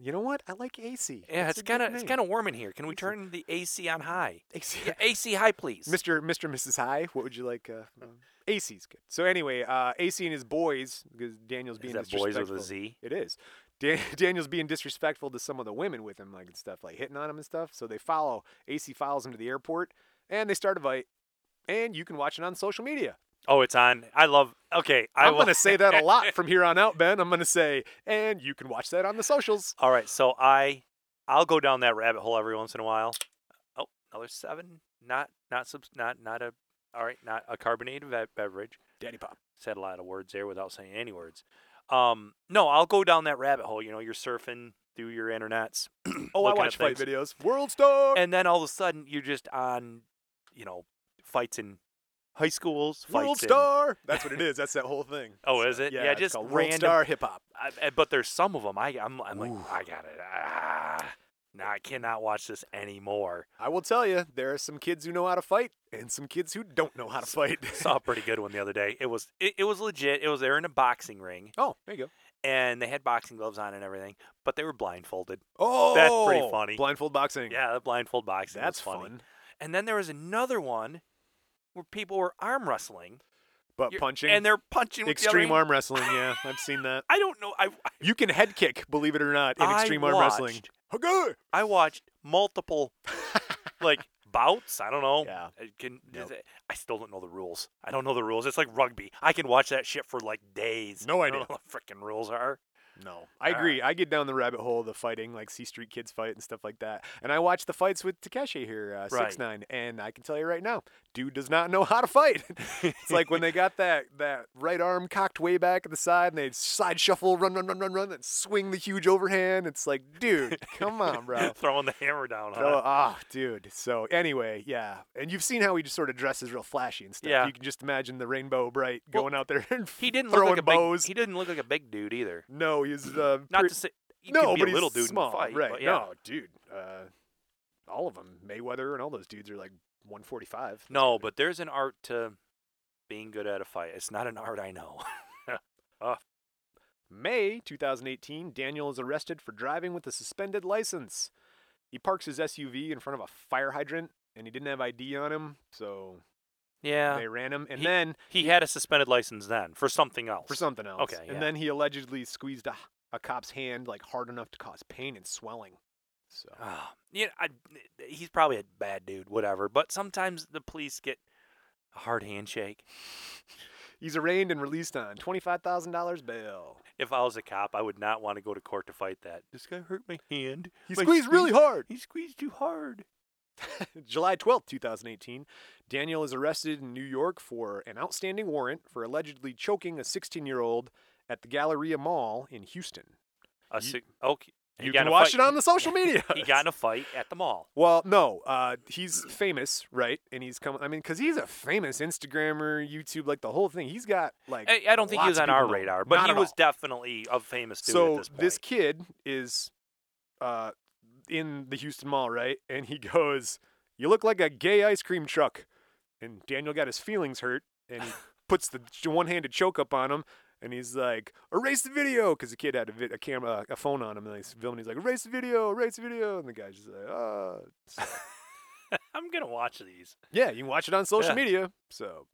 Speaker 1: You know what? I like AC.
Speaker 2: Yeah, it's kind of it's kind of warm in here. Can we
Speaker 1: AC.
Speaker 2: turn the AC on high?
Speaker 1: AC.
Speaker 2: Yeah, AC high, please.
Speaker 1: Mr. Mr. Mrs. High, what would you like? Uh, um, AC's good. So anyway, uh, AC and his boys, because Daniel's
Speaker 2: Is
Speaker 1: being
Speaker 2: that boys
Speaker 1: disrespectful.
Speaker 2: with a Z?
Speaker 1: It is. Dan- Daniel's being disrespectful to some of the women with him, like and stuff, like hitting on him and stuff. So they follow. AC follows him to the airport, and they start a fight. And you can watch it on social media.
Speaker 2: Oh, it's on. I love. Okay, I
Speaker 1: I'm
Speaker 2: will-
Speaker 1: going to say that a lot from here on out, Ben. I'm going to say, and you can watch that on the socials.
Speaker 2: All right, so I I'll go down that rabbit hole every once in a while. Oh, another seven. Not not subs. Not not a. All right, not a carbonated be- beverage.
Speaker 1: Daddy Pop.
Speaker 2: said a lot of words there without saying any words. Um, no, I'll go down that rabbit hole. You know, you're surfing through your internets.
Speaker 1: Oh, I
Speaker 2: looking at
Speaker 1: watch fight
Speaker 2: things,
Speaker 1: videos. World Star.
Speaker 2: And then all of a sudden, you're just on, you know, fights in high schools. Fights
Speaker 1: World
Speaker 2: in-
Speaker 1: Star. That's what it is. That's that whole thing.
Speaker 2: Oh, is it?
Speaker 1: Yeah,
Speaker 2: Yeah,
Speaker 1: it's
Speaker 2: just
Speaker 1: called World
Speaker 2: random-
Speaker 1: Star Hip Hop.
Speaker 2: I, I- but there's some of them. I, I'm, I'm like,
Speaker 1: Ooh.
Speaker 2: I got it. Ah, nah, I cannot watch this anymore.
Speaker 1: I will tell you, there are some kids who know how to fight and some kids who don't know how to fight.
Speaker 2: Saw a pretty good one the other day. It was, it, it was legit. It was they're in a boxing ring
Speaker 1: oh, there you go.
Speaker 2: and they had boxing gloves on and everything, but they were blindfolded.
Speaker 1: Oh,
Speaker 2: pretty funny.
Speaker 1: Blindfold boxing.
Speaker 2: Yeah, the blindfold boxing. was
Speaker 1: that's
Speaker 2: funny.
Speaker 1: fun.
Speaker 2: And then there was another one where people were arm wrestling.
Speaker 1: But
Speaker 2: You're-
Speaker 1: punching
Speaker 2: And they're punching with the other
Speaker 1: extreme
Speaker 2: hand.
Speaker 1: arm wrestling. Yeah, I've seen that.
Speaker 2: I don't know. I, I-
Speaker 1: You can head kick, believe it or not, in
Speaker 2: I
Speaker 1: extreme arm wrestling.
Speaker 2: watched-
Speaker 1: Okay.
Speaker 2: I watched multiple, like, bouts. I don't know.
Speaker 1: Yeah.
Speaker 2: I, can,
Speaker 1: Nope.
Speaker 2: is it- I still don't know the rules. I don't know the rules. It's like rugby. I can watch that shit for, like, days.
Speaker 1: No
Speaker 2: I don't
Speaker 1: idea.
Speaker 2: know what the freaking rules are.
Speaker 1: No, I
Speaker 2: Ah.
Speaker 1: agree. I get down the rabbit hole of the fighting, like C Street Kids fight and stuff like that. And I watch the fights with Takeshi here, uh,
Speaker 2: Right.
Speaker 1: six nine, and I can tell you right now, dude does not know how to fight. it's like when they got that that right arm cocked way back at the side, and they side shuffle, run, run, run, run, run, and swing the huge overhand. It's like, dude, come on, bro.
Speaker 2: Throwing the hammer down, huh?
Speaker 1: Fella- Ah, dude. So anyway, yeah, and you've seen how he just sort of dresses real flashy and stuff.
Speaker 2: Yeah.
Speaker 1: You can just imagine the rainbow bright
Speaker 2: Well,
Speaker 1: going out there and
Speaker 2: He didn't
Speaker 1: throwing
Speaker 2: look like a
Speaker 1: bows.
Speaker 2: big. He didn't look like a big dude either.
Speaker 1: no, he's uh,
Speaker 2: Not
Speaker 1: pre-
Speaker 2: to say he
Speaker 1: no,
Speaker 2: could be
Speaker 1: but
Speaker 2: a little
Speaker 1: he's
Speaker 2: dude
Speaker 1: small,
Speaker 2: in the fight,
Speaker 1: right?
Speaker 2: but yeah.
Speaker 1: No, dude. Uh, all of them, Mayweather and all those dudes are like 145.
Speaker 2: No, but there's an art to being good at a fight. It's not an art I know.
Speaker 1: May 2018, Daniel is arrested for driving with a suspended license. He parks his SUV in front of a fire hydrant, and he didn't have ID on him, so
Speaker 2: Yeah.
Speaker 1: they ran him. And
Speaker 2: He-
Speaker 1: then
Speaker 2: He had a suspended license then for something else.
Speaker 1: for something else.
Speaker 2: Okay,
Speaker 1: And
Speaker 2: yeah.
Speaker 1: then he allegedly squeezed a, a cop's hand like hard enough to cause pain and swelling. So
Speaker 2: Ah, yeah, I, he's probably a bad dude, whatever. But sometimes the police get a hard handshake.
Speaker 1: he's arraigned and released on twenty-five thousand dollars bail.
Speaker 2: If I was a cop, I would not want to go to court to fight that. This guy hurt my hand.
Speaker 1: He
Speaker 2: My
Speaker 1: squeezed really hard.
Speaker 2: He squeezed too hard.
Speaker 1: July twelfth, two 2018, Daniel is arrested in New York for an outstanding warrant for allegedly choking a 16 year old at the Galleria Mall in Houston.
Speaker 2: A
Speaker 1: You-
Speaker 2: sig- okay. he
Speaker 1: You
Speaker 2: got in
Speaker 1: can
Speaker 2: a
Speaker 1: watch
Speaker 2: fight.
Speaker 1: it on the social media.
Speaker 2: He got in a fight at the mall.
Speaker 1: Well, no, uh, he's famous, right? And he's coming. I mean, because he's a famous Instagrammer, YouTube, like the whole thing. He's got like.
Speaker 2: I, I don't think he was
Speaker 1: lots of
Speaker 2: on our
Speaker 1: people know.
Speaker 2: radar, but
Speaker 1: Not
Speaker 2: he
Speaker 1: at
Speaker 2: was
Speaker 1: all.
Speaker 2: definitely a famous dude
Speaker 1: so
Speaker 2: at this point.
Speaker 1: kid is, uh, in the Houston Mall, right? And he goes, "You look like a gay ice cream truck," and Daniel got his feelings hurt, and he puts the ch- one-handed choke up on him. And he's like, erase the video, because the kid had a, vid- a camera, a phone on him, and he's filming. He's like, erase the video, erase the video, and the guy's just like, ah. So-
Speaker 2: I'm gonna watch these.
Speaker 1: Yeah, you can watch it on social
Speaker 2: Yeah.
Speaker 1: media. So,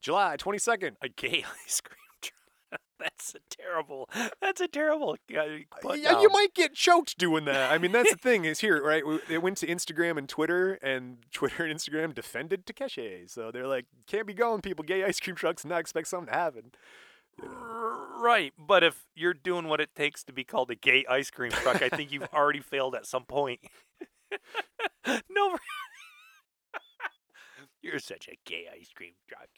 Speaker 1: July 22nd.
Speaker 2: A gay ice cream truck. That's a terrible. That's a terrible. uh, guy- put
Speaker 1: Uh, yeah, you
Speaker 2: down.
Speaker 1: might get choked doing that. I mean, that's the thing is here, right? w- It went to Instagram and Twitter, and Twitter and Instagram defended Takeshi. So they're like, can't be going, people, gay ice cream trucks, and not expect something to happen.
Speaker 2: Right, but if you're doing what it takes to be called a gay ice cream truck, I think you've already failed at some point. no. you're such a gay ice cream truck.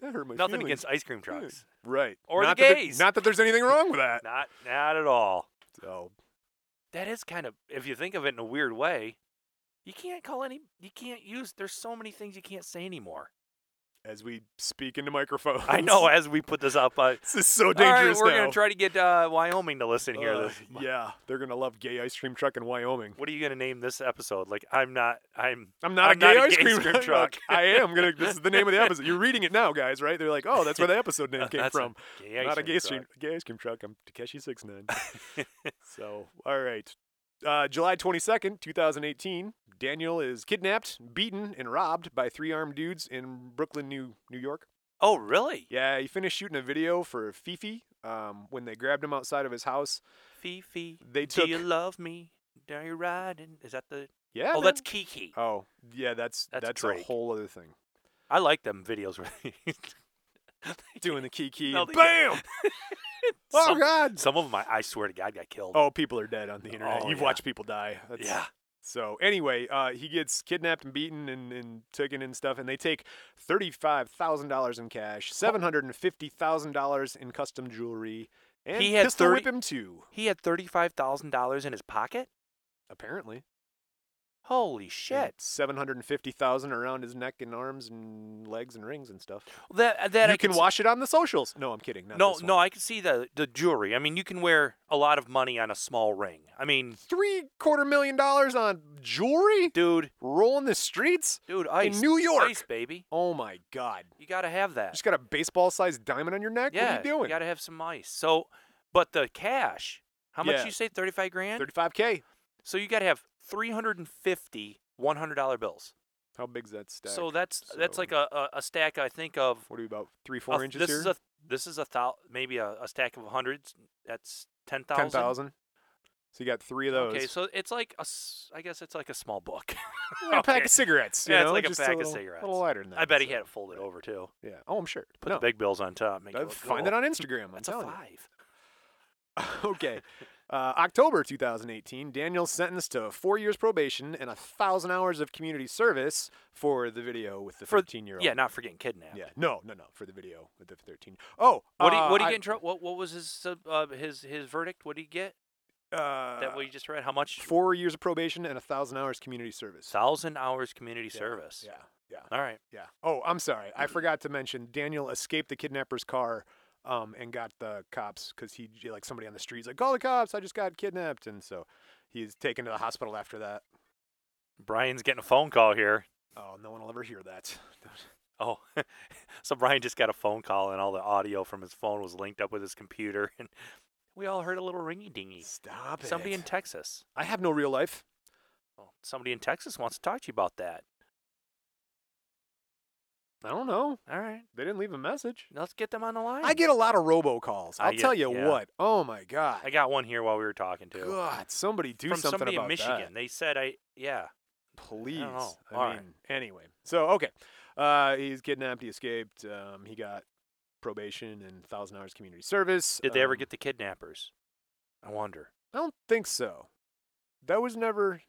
Speaker 1: That hurt my
Speaker 2: Nothing
Speaker 1: feelings.
Speaker 2: against ice cream trucks.
Speaker 1: Right.
Speaker 2: or the
Speaker 1: not that there-
Speaker 2: gays.
Speaker 1: not that there's anything wrong with that.
Speaker 2: Not not at all.
Speaker 1: So,
Speaker 2: That is kind of if you think of it in a weird way, you can't call any you can't use there's so many things you can't say anymore.
Speaker 1: as we speak into microphones.
Speaker 2: I know as we put this up. Uh,
Speaker 1: This is so
Speaker 2: all right,
Speaker 1: dangerous
Speaker 2: we're
Speaker 1: now.
Speaker 2: gonna try to get uh, Wyoming to listen here.
Speaker 1: Uh,
Speaker 2: this,
Speaker 1: yeah, they're gonna love gay ice cream truck in Wyoming.
Speaker 2: what are you gonna name this episode? Like I'm not. I'm.
Speaker 1: I'm not a
Speaker 2: I'm
Speaker 1: gay
Speaker 2: not a
Speaker 1: ice
Speaker 2: gay
Speaker 1: cream,
Speaker 2: scream
Speaker 1: truck.
Speaker 2: truck.
Speaker 1: I am gonna. This is the name of the episode. You're reading it now, guys. Right? They're like, oh, that's where the episode name came
Speaker 2: That's a
Speaker 1: from.
Speaker 2: gay ice
Speaker 1: not a
Speaker 2: cream
Speaker 1: gay,
Speaker 2: truck.
Speaker 1: Stream, gay ice cream truck. I'm Takeshi six nine. so all right, uh, July twenty second, two thousand eighteen. Daniel is kidnapped, beaten, and robbed by three armed dudes in Brooklyn, New New York.
Speaker 2: Oh really?
Speaker 1: Yeah, he finished shooting a video for Fifi. Um, when they grabbed him outside of his house,
Speaker 2: Fifi,
Speaker 1: They
Speaker 2: do you
Speaker 1: took-
Speaker 2: love me? Are you riding? Is that the?
Speaker 1: yeah.
Speaker 2: Oh,
Speaker 1: man.
Speaker 2: that's Kiki.
Speaker 1: Oh, yeah, that's
Speaker 2: That's
Speaker 1: that's, a
Speaker 2: Drake.
Speaker 1: whole other thing.
Speaker 2: I like them videos where they-
Speaker 1: Doing the kiki,
Speaker 2: No,
Speaker 1: and
Speaker 2: they
Speaker 1: bam! oh
Speaker 2: some,
Speaker 1: God!
Speaker 2: some of them, I, I swear to God, got killed.
Speaker 1: Oh, people are dead on the internet.
Speaker 2: Oh,
Speaker 1: You've
Speaker 2: yeah.
Speaker 1: watched people die. That's-
Speaker 2: yeah.
Speaker 1: So anyway, uh, he gets kidnapped and beaten and, and taken and stuff, and they take thirty-five thousand dollars in
Speaker 2: Oh.
Speaker 1: cash, seven hundred and fifty thousand dollars in custom jewelry, and
Speaker 2: He had
Speaker 1: pistol
Speaker 2: 30
Speaker 1: whip him too.
Speaker 2: He had thirty-five thousand dollars in his pocket.
Speaker 1: Apparently,
Speaker 2: Holy shit!
Speaker 1: seven hundred and fifty thousand around his neck and arms and legs and rings and stuff.
Speaker 2: That uh, that
Speaker 1: you
Speaker 2: I
Speaker 1: can
Speaker 2: s-
Speaker 1: wash it on the socials. No, I'm kidding. Not
Speaker 2: No,
Speaker 1: this one.
Speaker 2: no, I can see the the jewelry. I mean, you can wear a lot of money on a small ring. I mean,
Speaker 1: three quarter million dollars on jewelry
Speaker 2: dude,
Speaker 1: rolling the streets
Speaker 2: dude, ice,
Speaker 1: in New York.
Speaker 2: ice, baby.
Speaker 1: Oh my God!
Speaker 2: You gotta have that.
Speaker 1: Just got a baseball-sized diamond on your neck.
Speaker 2: yeah,
Speaker 1: what are you doing?
Speaker 2: gotta have some ice. So, but the cash, how much
Speaker 1: Yeah.
Speaker 2: you say? Thirty-five grand.
Speaker 1: Thirty-five k.
Speaker 2: So you gotta have 350 100 dollar bills.
Speaker 1: How big's that stack?
Speaker 2: So that's that's
Speaker 1: So-
Speaker 2: like a, a, a stack I think of
Speaker 1: what are we about three,
Speaker 2: a
Speaker 1: four
Speaker 2: th-
Speaker 1: inches
Speaker 2: this
Speaker 1: here?
Speaker 2: is a this is a thou, maybe a, a stack of hundreds. That's ten thousand.
Speaker 1: Ten thousand. So you got three of those.
Speaker 2: Okay, so it's like a s- I guess it's like a small book.
Speaker 1: Like a pack
Speaker 2: okay.
Speaker 1: of cigarettes. you
Speaker 2: Yeah, it's
Speaker 1: know,
Speaker 2: like a
Speaker 1: just
Speaker 2: pack of
Speaker 1: little-
Speaker 2: cigarettes.
Speaker 1: A little lighter than that.
Speaker 2: I bet he
Speaker 1: so,
Speaker 2: had it folded over too.
Speaker 1: Yeah. Oh, I'm sure.
Speaker 2: Put
Speaker 1: no,
Speaker 2: the big bills on top. Make
Speaker 1: I
Speaker 2: it look
Speaker 1: find it
Speaker 2: cool.
Speaker 1: on Instagram. I'm
Speaker 2: That's a
Speaker 1: telling you.
Speaker 2: five.
Speaker 1: okay. Uh, October 2018, Daniel's sentenced to four years probation and a thousand hours of community service for the video with the
Speaker 2: For-
Speaker 1: 13 year old.
Speaker 2: Yeah, not for getting kidnapped.
Speaker 1: Yeah. No, no, no. For the video with the 13. Oh,
Speaker 2: What did
Speaker 1: uh,
Speaker 2: he, what did he
Speaker 1: I-
Speaker 2: get in trouble? What what was his sub, uh, his his verdict? What did he get?
Speaker 1: Uh,
Speaker 2: that we just read. How much?
Speaker 1: four years of probation and a thousand hours community service.
Speaker 2: Thousand hours community
Speaker 1: Yeah,
Speaker 2: service.
Speaker 1: Yeah. Yeah.
Speaker 2: All right.
Speaker 1: Yeah. Oh, I'm sorry. I
Speaker 2: Mm-hmm.
Speaker 1: forgot to mention Daniel escaped the kidnapper's car um, and got the cops because he, like, somebody on the street's like, call the cops. I just got kidnapped. And so he's taken to the hospital after that.
Speaker 2: Brian's getting a phone call here.
Speaker 1: Oh, no one will ever hear that.
Speaker 2: Oh, so Brian just got a phone call, and all the audio from his phone was linked up with his computer, and we all heard a little ringy dingy.
Speaker 1: Stop it.
Speaker 2: Somebody in Texas.
Speaker 1: I have no real life.
Speaker 2: Well, somebody in Texas wants to talk to you about that.
Speaker 1: I don't know.
Speaker 2: All right,
Speaker 1: They didn't leave a message.
Speaker 2: let's get them on the line.
Speaker 1: I get a lot of robocalls.
Speaker 2: I
Speaker 1: I'll
Speaker 2: get-
Speaker 1: tell you
Speaker 2: yeah.
Speaker 1: what. Oh my god.
Speaker 2: I got one here while we were talking to
Speaker 1: God, somebody do
Speaker 2: from
Speaker 1: something
Speaker 2: somebody
Speaker 1: about
Speaker 2: in
Speaker 1: that.
Speaker 2: Michigan. They said I yeah.
Speaker 1: Please. I,
Speaker 2: know.
Speaker 1: mean,
Speaker 2: Oh, All right.
Speaker 1: anyway. So, okay. Uh, he's kidnapped. He escaped. Um, he got probation and 1,000 hours community service.
Speaker 2: Did they ever
Speaker 1: Um,
Speaker 2: get the kidnappers? I wonder.
Speaker 1: I don't think so. That was never.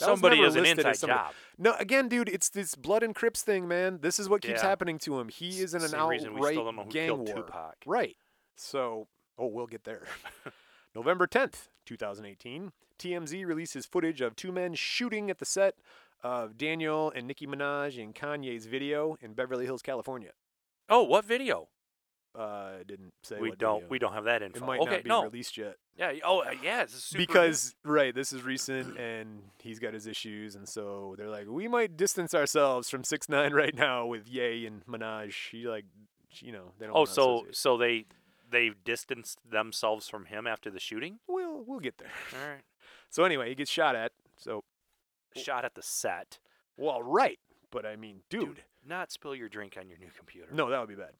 Speaker 1: that was
Speaker 2: Somebody
Speaker 1: never
Speaker 2: is an
Speaker 1: listed as
Speaker 2: inside
Speaker 1: somebody-
Speaker 2: job.
Speaker 1: No, again, dude, it's this blood and Crips thing, man. This is what keeps
Speaker 2: Yeah.
Speaker 1: happening to him. He is in an
Speaker 2: Same
Speaker 1: outright
Speaker 2: reason we still don't know who
Speaker 1: gang
Speaker 2: killed
Speaker 1: war.
Speaker 2: Tupac.
Speaker 1: Right. So, oh, we'll get there. November 10th, 2018, TMZ releases footage of two men shooting at the set of Daniel and Nicki Minaj in Kanye's video in Beverly Hills, California.
Speaker 2: Oh, what video?
Speaker 1: Uh, it didn't say
Speaker 2: we
Speaker 1: what
Speaker 2: don't
Speaker 1: video.
Speaker 2: we don't have that
Speaker 1: uh, It
Speaker 2: info.
Speaker 1: might
Speaker 2: okay,
Speaker 1: not be
Speaker 2: no.
Speaker 1: released yet
Speaker 2: Yeah. Oh, uh, yeah. It's a super
Speaker 1: because right, this is recent, and he's got his issues, and so they're like, we might distance ourselves from six nine right now with Ye and Minaj. She like, she- you know, they don't.
Speaker 2: Oh,
Speaker 1: wanna
Speaker 2: so
Speaker 1: associate.
Speaker 2: so they they distanced themselves from him after the shooting.
Speaker 1: we'll we'll get there.
Speaker 2: All right.
Speaker 1: So anyway, he gets shot at. So
Speaker 2: Shot at the set.
Speaker 1: well, right, but I mean, dude.
Speaker 2: not spill your drink on your new computer.
Speaker 1: No, that would be bad.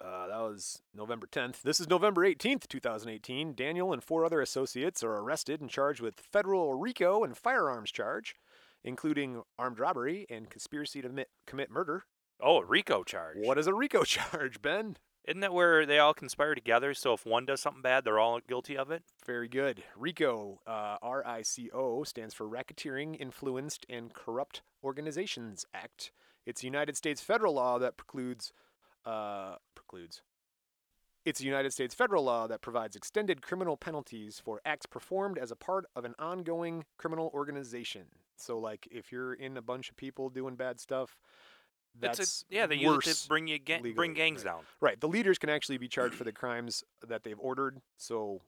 Speaker 1: Uh, that was November 10th. This is November 18th, 2018. Daniel and four other associates are arrested and charged with federal RICO and firearms charge, including armed robbery and conspiracy to commit, commit murder.
Speaker 2: Oh, a RICO charge.
Speaker 1: What is a RICO charge, Ben?
Speaker 2: Isn't that where they all conspire together? So if one does something bad, they're all guilty of it.
Speaker 1: Very good. RICO, uh, R I C O, stands for Racketeering, Influenced, and Corrupt Organizations Act. It's a United States federal law that precludes, uh, precludes. It's a United States federal law that provides extended criminal penalties for acts performed as a part of an ongoing criminal organization. So, like, if you're in a bunch of people doing bad stuff, That's
Speaker 2: it's a, yeah, they use it
Speaker 1: worse
Speaker 2: to bring you ga-
Speaker 1: legally,
Speaker 2: bring gangs
Speaker 1: right.
Speaker 2: down.
Speaker 1: Right. The leaders can actually be charged for the crimes that they've ordered. So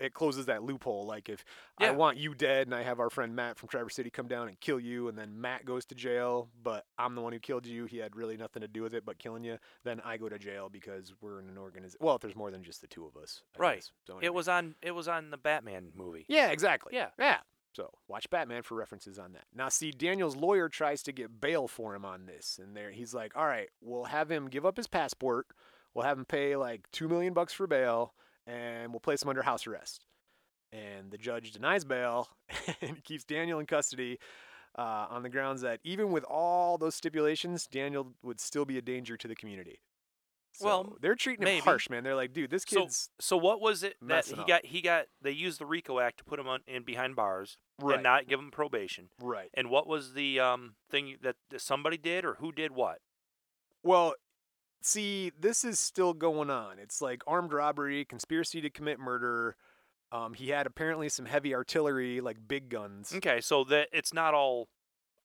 Speaker 1: it closes that loophole. Like if I
Speaker 2: Yeah.
Speaker 1: want you dead and I have our friend Matt from Traverse City come down and kill you, and then Matt goes to jail, but I'm the one who killed you. He had really nothing to do with it but killing you. Then I go to jail because we're in an organization. Well, if there's more than just the two of us. I
Speaker 2: Right.
Speaker 1: guess. So
Speaker 2: It
Speaker 1: anyway.
Speaker 2: was on it was on the Batman movie.
Speaker 1: Yeah, exactly.
Speaker 2: Yeah.
Speaker 1: Yeah. So watch Batman for references on that. Now, see, Daniel's lawyer tries to get bail for him on this, and there he's like, "All right, we'll have him give up his passport. We'll have him pay like two million bucks for bail, and we'll place him under house arrest." And the judge denies bail and keeps Daniel in custody uh, on the grounds that even with all those stipulations, Daniel would still be a danger to the community. So
Speaker 2: Well,
Speaker 1: they're treating him
Speaker 2: maybe.
Speaker 1: harsh, man. They're like, "Dude, this
Speaker 2: So
Speaker 1: kid's
Speaker 2: so what was it that
Speaker 1: messing
Speaker 2: he
Speaker 1: up.
Speaker 2: got he got they used the RICO Act to put him on in behind bars
Speaker 1: Right.
Speaker 2: and not give him probation.
Speaker 1: right."
Speaker 2: And what was the um thing that, that somebody did or who did what?
Speaker 1: Well, see, this is still going on. It's like armed robbery, conspiracy to commit murder. Um, he had apparently some heavy artillery, like big guns.
Speaker 2: Okay, so that it's not all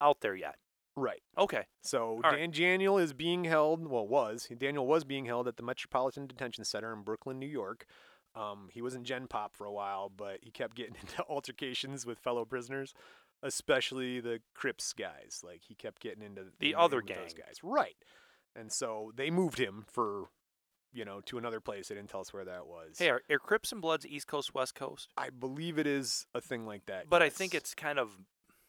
Speaker 2: out there yet.
Speaker 1: Right.
Speaker 2: Okay.
Speaker 1: So
Speaker 2: right.
Speaker 1: Dan Daniel is being held. Well, was Daniel was being held at the Metropolitan Detention Center in Brooklyn, New York. Um, he was in Gen Pop for a while, but he kept getting into altercations with fellow prisoners, especially the Crips guys. Like he kept getting into
Speaker 2: The
Speaker 1: in
Speaker 2: other
Speaker 1: with those
Speaker 2: gang.
Speaker 1: guys, right? And so they moved him for, you know, to another place. They didn't tell us where that was.
Speaker 2: Hey, are, are Crips and Bloods East Coast West Coast?
Speaker 1: I believe it is a thing like that.
Speaker 2: But I think
Speaker 1: yes.
Speaker 2: it's kind of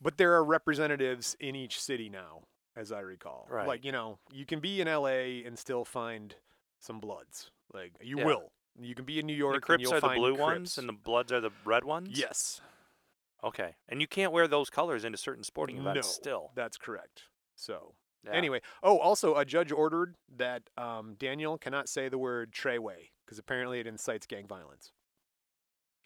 Speaker 1: But there are representatives in each city now, as I recall.
Speaker 2: Right.
Speaker 1: Like, you know, you can be in LA and still find some bloods. Like, you
Speaker 2: Yeah.
Speaker 1: will. You can be in New York
Speaker 2: the
Speaker 1: and
Speaker 2: Crips
Speaker 1: you'll
Speaker 2: are the
Speaker 1: find
Speaker 2: blue
Speaker 1: Crips.
Speaker 2: ones and the Bloods are the red ones.
Speaker 1: Yes.
Speaker 2: Okay. And you can't wear those colors into certain sporting
Speaker 1: no,
Speaker 2: events still.
Speaker 1: That's correct. So,
Speaker 2: Yeah.
Speaker 1: anyway. Oh, also, a judge ordered that um, Daniel cannot say the word treyway because apparently it incites gang violence.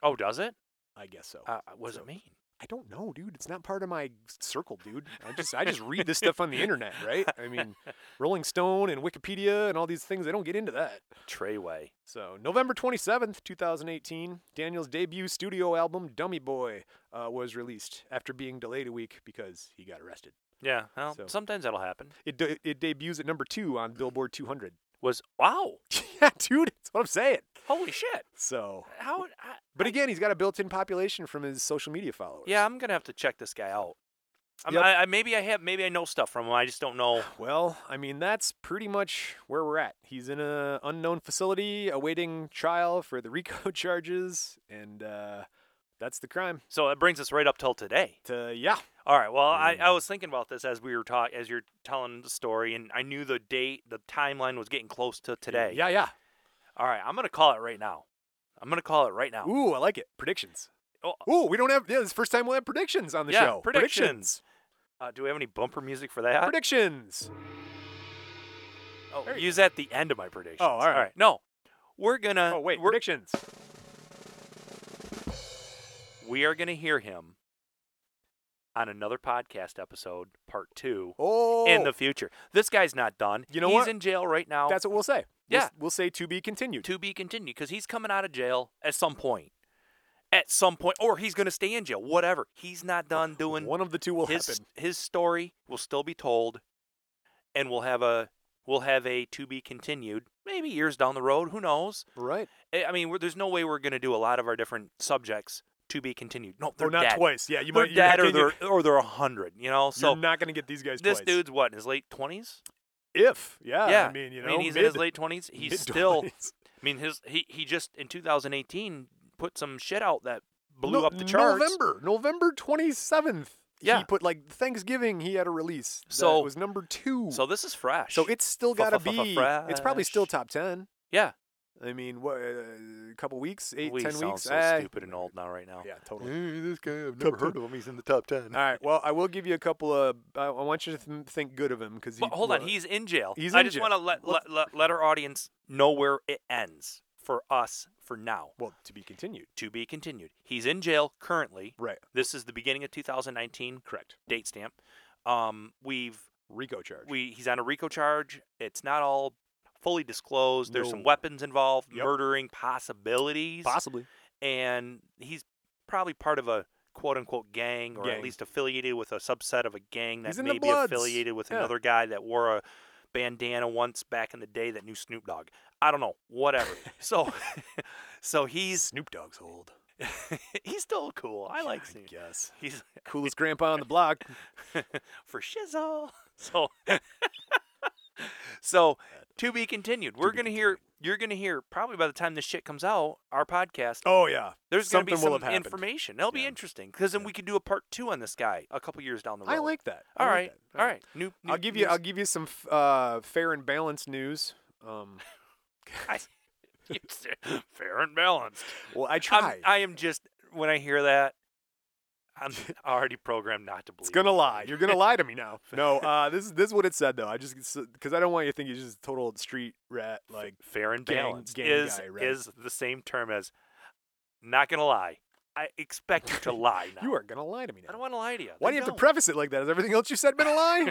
Speaker 2: Oh, does it?
Speaker 1: I guess so.
Speaker 2: Uh, what does
Speaker 1: Oh, So-
Speaker 2: it mean?
Speaker 1: I don't know, dude. It's not part of my circle, dude. I just I just read this stuff on the internet, right? I mean, Rolling Stone and Wikipedia and all these things, they don't get into that.
Speaker 2: Treyway.
Speaker 1: So, November 27th, 2018, Daniel's debut studio album, Dummy Boy, uh, was released after being delayed a week because he got arrested.
Speaker 2: Yeah. Well,
Speaker 1: So-
Speaker 2: sometimes that'll happen.
Speaker 1: It, de- it debuts at number two on Billboard 200.
Speaker 2: Was wow.
Speaker 1: yeah, dude, that's what I'm saying.
Speaker 2: Holy shit.
Speaker 1: So,
Speaker 2: How? I,
Speaker 1: but again, he's got a built in population from his social media followers.
Speaker 2: yeah, I'm gonna have to check this guy out. I'm,
Speaker 1: Yep.
Speaker 2: I, I, maybe I have. Maybe I know stuff from him. I just don't know.
Speaker 1: Well, I mean that's pretty much where we're at. He's in a unknown facility awaiting trial for the RICO charges, and uh, that's the crime.
Speaker 2: So that brings us right up till today.
Speaker 1: To, yeah,
Speaker 2: All right. Well, I, I
Speaker 1: Mm.
Speaker 2: was thinking about this as we were talking, as you're telling the story, and I knew the date, the timeline was getting close to today.
Speaker 1: Yeah, yeah.
Speaker 2: All right. I'm gonna call it right now. I'm gonna call it right now.
Speaker 1: Ooh, I like it. Predictions.
Speaker 2: Oh.
Speaker 1: Ooh, we don't have. Yeah, this is the first time we'll have predictions on the
Speaker 2: Yeah,
Speaker 1: show.
Speaker 2: predictions. Uh, do we have any bumper music for that?
Speaker 1: Predictions.
Speaker 2: Oh,
Speaker 1: There you Oh,
Speaker 2: use that at the end of my prediction.
Speaker 1: all right.
Speaker 2: No, we're gonna.
Speaker 1: Oh wait,
Speaker 2: Uh, we're,
Speaker 1: predictions.
Speaker 2: we are gonna hear him on another podcast episode, part two,
Speaker 1: Oh,
Speaker 2: in the future. This guy's not done.
Speaker 1: You know
Speaker 2: he's
Speaker 1: what?
Speaker 2: in jail right now.
Speaker 1: Oh, that's what we'll say. We'll s-
Speaker 2: Yeah.
Speaker 1: We'll, say to be continued.
Speaker 2: to be continued because he's coming out of jail at some point. At some point, or he's gonna stay in jail. Whatever. He's not done doing
Speaker 1: One of the two will
Speaker 2: his
Speaker 1: happen.
Speaker 2: his story will still be told, and we'll have a we'll have a to be continued. Maybe years down the road. Who knows? Eh,
Speaker 1: Right.
Speaker 2: I I mean, we're, there's no way we're going to do a lot of our different subjects to be continued. No, they're
Speaker 1: Or not
Speaker 2: dead.
Speaker 1: twice. Yeah, you
Speaker 2: they're
Speaker 1: might. you
Speaker 2: dead,
Speaker 1: might-
Speaker 2: or they're or they're a hundred. You know, so
Speaker 1: You're not gonna get these guys
Speaker 2: this
Speaker 1: twice.
Speaker 2: dude's what in his late twenties.
Speaker 1: If yeah,
Speaker 2: yeah,
Speaker 1: Ah, I mean you know,
Speaker 2: he's in
Speaker 1: mid,
Speaker 2: his late twenties. He's still.
Speaker 1: mid-twenties.
Speaker 2: I mean, his he he just in 2018 put some shit out that blew
Speaker 1: No-
Speaker 2: up the charts.
Speaker 1: November, November twenty seventh.
Speaker 2: Yeah.
Speaker 1: he put like Thanksgiving. He had a release. that
Speaker 2: So-
Speaker 1: was number two.
Speaker 2: So this is fresh.
Speaker 1: So it's still gotta be. It's probably still
Speaker 2: Fresh.
Speaker 1: top ten.
Speaker 2: yeah.
Speaker 1: I mean, what? uh, A couple weeks, eight,
Speaker 2: we
Speaker 1: ten
Speaker 2: sound
Speaker 1: weeks.
Speaker 2: so
Speaker 1: Ah,
Speaker 2: stupid Mm-hmm. and old now, right now.
Speaker 1: Yeah, totally. Ah,
Speaker 4: this guy, I've never heard of him. He's in the top 10.
Speaker 1: All right. Well, I will give you a couple of. I, I want you to th- think good of him because.
Speaker 2: But hold on, he's in jail.
Speaker 1: He's
Speaker 2: I
Speaker 1: in
Speaker 2: just
Speaker 1: jail.
Speaker 2: want to let, let let let our audience know where it ends for us for now.
Speaker 1: well to be continued.
Speaker 2: to be continued. He's in jail currently.
Speaker 1: Right.
Speaker 2: This is the beginning of 2019
Speaker 1: Correct.
Speaker 2: date stamp. Um, we've
Speaker 1: Rico charge.
Speaker 2: we he's on a RICO charge. It's not all fully disclosed. There's some
Speaker 1: No.
Speaker 2: weapons involved,
Speaker 1: Yep.
Speaker 2: murdering possibilities,
Speaker 1: Possibly.
Speaker 2: and he's probably part of a quote unquote gang or
Speaker 1: Gang.
Speaker 2: at least affiliated with a subset of a gang that
Speaker 1: He's in
Speaker 2: may
Speaker 1: the
Speaker 2: be
Speaker 1: Bloods.
Speaker 2: affiliated with
Speaker 1: Yeah.
Speaker 2: another guy that wore a bandana once back in the day that knew Snoop Dogg. I don't know, whatever. so so he's
Speaker 1: Snoop Dogg's old.
Speaker 2: he's still cool. I like Snoop.
Speaker 1: Yes.
Speaker 2: He's
Speaker 1: Coolest grandpa on the block.
Speaker 2: for shizzle. So, so to be continued. We're gonna hear. You're gonna hear probably by the time this shit comes out, our podcast.
Speaker 1: Oh yeah.
Speaker 2: there's gonna be
Speaker 1: something will
Speaker 2: some
Speaker 1: have happened.
Speaker 2: information. That'll be
Speaker 1: Yeah.
Speaker 2: interesting because then we could do a part two on this guy a couple years down the road.
Speaker 1: I like that. I
Speaker 2: All
Speaker 1: like
Speaker 2: right.
Speaker 1: that.
Speaker 2: All right. New, new.
Speaker 1: I'll give you.
Speaker 2: news.
Speaker 1: I'll give you some f- uh, fair and balanced news. Um,
Speaker 2: uh, fair and balanced.
Speaker 1: well, I
Speaker 2: I'm,
Speaker 1: tried.
Speaker 2: I am just when I hear that, I'm already programmed not to believe.
Speaker 1: it's gonna
Speaker 2: it.
Speaker 1: lie. You're gonna lie to me now. No. Uh, this is this is what it said though. I just because I don't want you to think he's just a total street rat. Like
Speaker 2: fair and
Speaker 1: gang-
Speaker 2: balanced
Speaker 1: gang
Speaker 2: is
Speaker 1: guy, right?
Speaker 2: is the same term as not gonna lie. I expect you to lie now.
Speaker 1: you are gonna lie to me
Speaker 2: I
Speaker 1: now.
Speaker 2: don't want to lie to you.
Speaker 1: Why
Speaker 2: Then
Speaker 1: do you have to
Speaker 2: don't.
Speaker 1: preface it like that? Has everything else you said been a lie?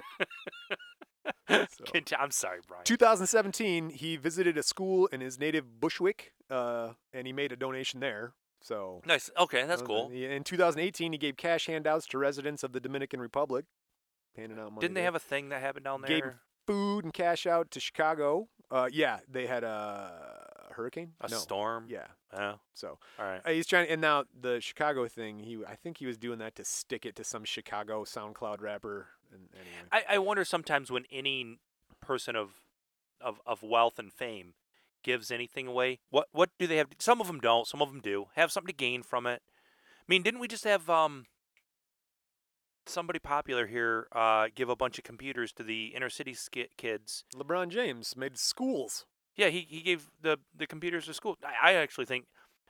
Speaker 1: So-
Speaker 2: Conti- I'm sorry, Brian.
Speaker 1: 2017, he visited a school in his native Bushwick, uh, and he made a donation there. So
Speaker 2: nice. Okay, that's
Speaker 1: Uh,
Speaker 2: cool.
Speaker 1: yeah, In 2018, he gave cash handouts to residents of the Dominican Republic, handing out money.
Speaker 2: Didn't they have a thing that happened down there?
Speaker 1: Gave food and cash out to Chicago? Uh, yeah, they had a hurricane.
Speaker 2: a
Speaker 1: no.
Speaker 2: storm.
Speaker 1: Yeah,
Speaker 2: Oh,
Speaker 1: so
Speaker 2: all right.
Speaker 1: uh, he's trying. And now the Chicago thing, he I think he was doing that to stick it to some Chicago SoundCloud rapper. And anyway,
Speaker 2: I, I wonder sometimes when any person of, of of wealth and fame gives anything away, what what do they have? Some of them don't. Some of them do have something to gain from it. I mean, didn't we just have um somebody popular here uh, give a bunch of computers to the inner city ski kids?
Speaker 1: LeBron James made schools.
Speaker 2: Yeah, he he gave the the computers to school. I, I actually think.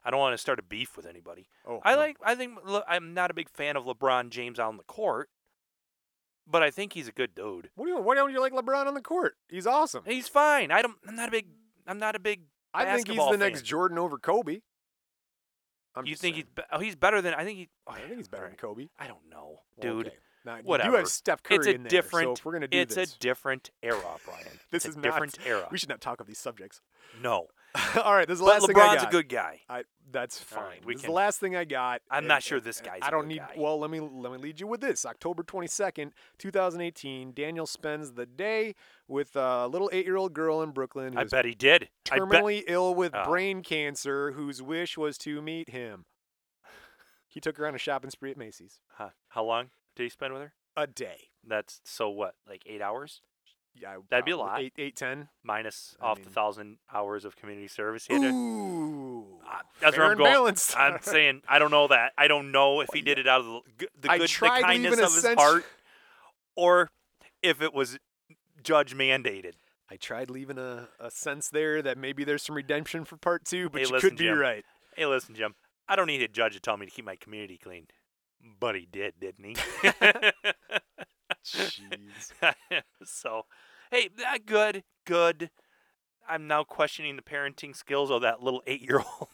Speaker 2: I don't want to start a beef with anybody.
Speaker 1: Oh,
Speaker 2: I
Speaker 1: no.
Speaker 2: like. I think. Le- I'm not a big fan of LeBron James on the court, but I think he's a good dude.
Speaker 1: What do you? Why don't you like LeBron on the court? He's awesome.
Speaker 2: He's fine. I don't. I'm not a big. I'm not a big.
Speaker 1: I think he's the
Speaker 2: basketball
Speaker 1: next
Speaker 2: fan.
Speaker 1: Jordan over Kobe. I'm
Speaker 2: you
Speaker 1: just
Speaker 2: think
Speaker 1: saying.
Speaker 2: he's? Be- oh, he's better than. I think he. oh,
Speaker 1: I think he's better than
Speaker 2: alright.
Speaker 1: Kobe.
Speaker 2: I don't know,
Speaker 1: Well,
Speaker 2: dude.
Speaker 1: okay. Now, You do
Speaker 2: whatever.
Speaker 1: have Steph Curry
Speaker 2: It's a
Speaker 1: in there,
Speaker 2: different.
Speaker 1: so if we're gonna do
Speaker 2: it's
Speaker 1: this,
Speaker 2: a different era, Brian.
Speaker 1: this
Speaker 2: It's a
Speaker 1: is
Speaker 2: different
Speaker 1: not,
Speaker 2: era.
Speaker 1: We should not talk of these subjects.
Speaker 2: no,
Speaker 1: All right, this is the
Speaker 2: but
Speaker 1: last thing I
Speaker 2: LeBron's
Speaker 1: got.
Speaker 2: a good guy.
Speaker 1: I, that's
Speaker 2: All
Speaker 1: fine.
Speaker 2: right, we
Speaker 1: this is
Speaker 2: can-
Speaker 1: the last thing I got.
Speaker 2: I'm not sure this guy's
Speaker 1: I
Speaker 2: a
Speaker 1: don't
Speaker 2: good
Speaker 1: need.
Speaker 2: guy.
Speaker 1: Well, let me let me lead you with this. October 22nd, 2018. Daniel spends the day with a little eight-year-old girl in Brooklyn.
Speaker 2: I
Speaker 1: who's
Speaker 2: bet he did. I bet.
Speaker 1: terminally ill with
Speaker 2: Oh.
Speaker 1: brain cancer, whose wish was to meet him. He took her on a shopping spree at Macy's.
Speaker 2: Huh. How long did he spend with her?
Speaker 1: A day.
Speaker 2: That's so what, like eight hours
Speaker 1: Yeah,
Speaker 2: That'd be a
Speaker 1: probably
Speaker 2: lot.
Speaker 1: Eight, eight, ten.
Speaker 2: minus
Speaker 1: I
Speaker 2: off the
Speaker 1: mean-
Speaker 2: thousand hours of community service. He had to-
Speaker 1: Ooh,
Speaker 2: Uh, that's
Speaker 1: fair
Speaker 2: where I'm
Speaker 1: and
Speaker 2: going.
Speaker 1: balanced.
Speaker 2: I'm saying I don't know that. I don't know if he did it out of the, g- the
Speaker 1: I
Speaker 2: good, the
Speaker 1: tried to
Speaker 2: kindness
Speaker 1: even
Speaker 2: of his
Speaker 1: ascend-
Speaker 2: heart, or if it was judge mandated.
Speaker 1: I tried leaving a, a sense there that maybe there's some redemption for part two, but
Speaker 2: Hey,
Speaker 1: you
Speaker 2: listen,
Speaker 1: could be
Speaker 2: Jim.
Speaker 1: right.
Speaker 2: Hey, listen, Jim. I don't need a judge to tell me to keep my community clean, but he did, didn't he?
Speaker 1: Jeez.
Speaker 2: so, hey, uh, good, good. I'm now questioning the parenting skills of that little eight-year-old.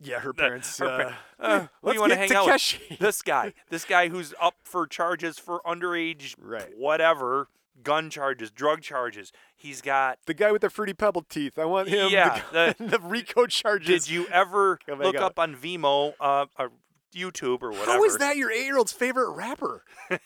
Speaker 1: Yeah, her
Speaker 2: The-
Speaker 1: parents.
Speaker 2: her par-
Speaker 1: uh,
Speaker 2: Uh, who
Speaker 1: let's
Speaker 2: you want to
Speaker 1: get
Speaker 2: hang out with?
Speaker 1: Takeshi.
Speaker 2: this guy, this guy who's up for charges for underage,
Speaker 1: Right.
Speaker 2: whatever, gun charges, drug charges. He's got.
Speaker 1: The guy with the fruity pebble teeth. I want him.
Speaker 2: Yeah, uh,
Speaker 1: The, guy- the Rico charges. Oh
Speaker 2: Did you ever
Speaker 1: Come back
Speaker 2: look
Speaker 1: up.
Speaker 2: up on Vimo, uh, or YouTube or whatever? Oh,
Speaker 1: How is that your eight-year-old's favorite rapper?
Speaker 2: I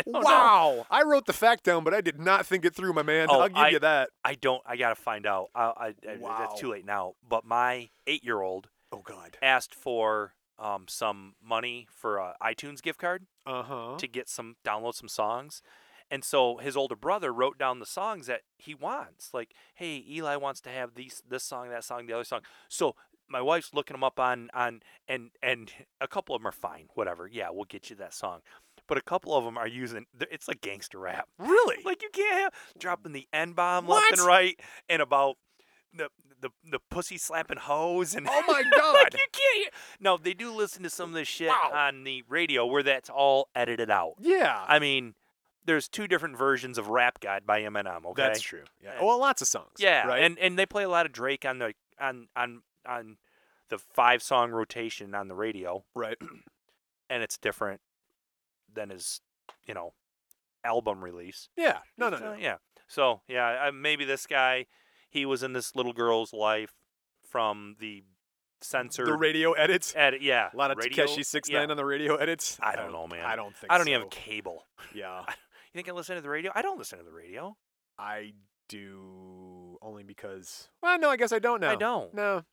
Speaker 2: don't know.
Speaker 1: wow! I wrote the fact down, but I did not think it through, my man.
Speaker 2: Oh,
Speaker 1: I'll give
Speaker 2: I-
Speaker 1: you that.
Speaker 2: I don't. I gotta find out. I, I, I
Speaker 1: Wow.
Speaker 2: That's too late now. But my eight-year-old
Speaker 1: Oh God.
Speaker 2: asked for um, some money for a iTunes gift card.
Speaker 1: Uh huh.
Speaker 2: to get some download some songs. And so his older brother wrote down the songs that he wants. Like, hey, Eli wants to have these this song, that song, the other song. So my wife's looking them up on on and and a couple of them are fine, whatever. Yeah, we'll get you that song. But a couple of them are using th- it's like gangster rap.
Speaker 1: Really?
Speaker 2: Like you can't have dropping the N bomb left and
Speaker 1: What?
Speaker 2: right and about the the the pussy slapping hoes and
Speaker 1: Oh my
Speaker 2: like
Speaker 1: God!
Speaker 2: you can't. No, they do listen to some of this shit
Speaker 1: Wow.
Speaker 2: on the radio where that's all edited out.
Speaker 1: yeah.
Speaker 2: I mean, there's two different versions of Rap God by Eminem. Okay,
Speaker 1: That's true. Yeah.
Speaker 2: And-
Speaker 1: Well, lots of songs.
Speaker 2: Yeah,
Speaker 1: Right.
Speaker 2: and and they play a lot of Drake on the on on on the five song rotation on the radio,
Speaker 1: right.
Speaker 2: and it's different than his you know album release.
Speaker 1: Yeah. No, no,
Speaker 2: So,
Speaker 1: no.
Speaker 2: Yeah. So yeah, I, maybe this guy, he was in this little girl's life from the censored.
Speaker 1: The radio edits.
Speaker 2: edit, yeah.
Speaker 1: A lot of
Speaker 2: radio-
Speaker 1: Takeshi six
Speaker 2: yeah.
Speaker 1: nine on the radio edits.
Speaker 2: I don't know, man.
Speaker 1: I don't think.
Speaker 2: I don't even
Speaker 1: so.
Speaker 2: have cable.
Speaker 1: Yeah,
Speaker 2: You think I listen to the radio? I don't listen to the radio.
Speaker 1: I do only because. Well, no, I guess I don't now.
Speaker 2: I don't.
Speaker 1: No,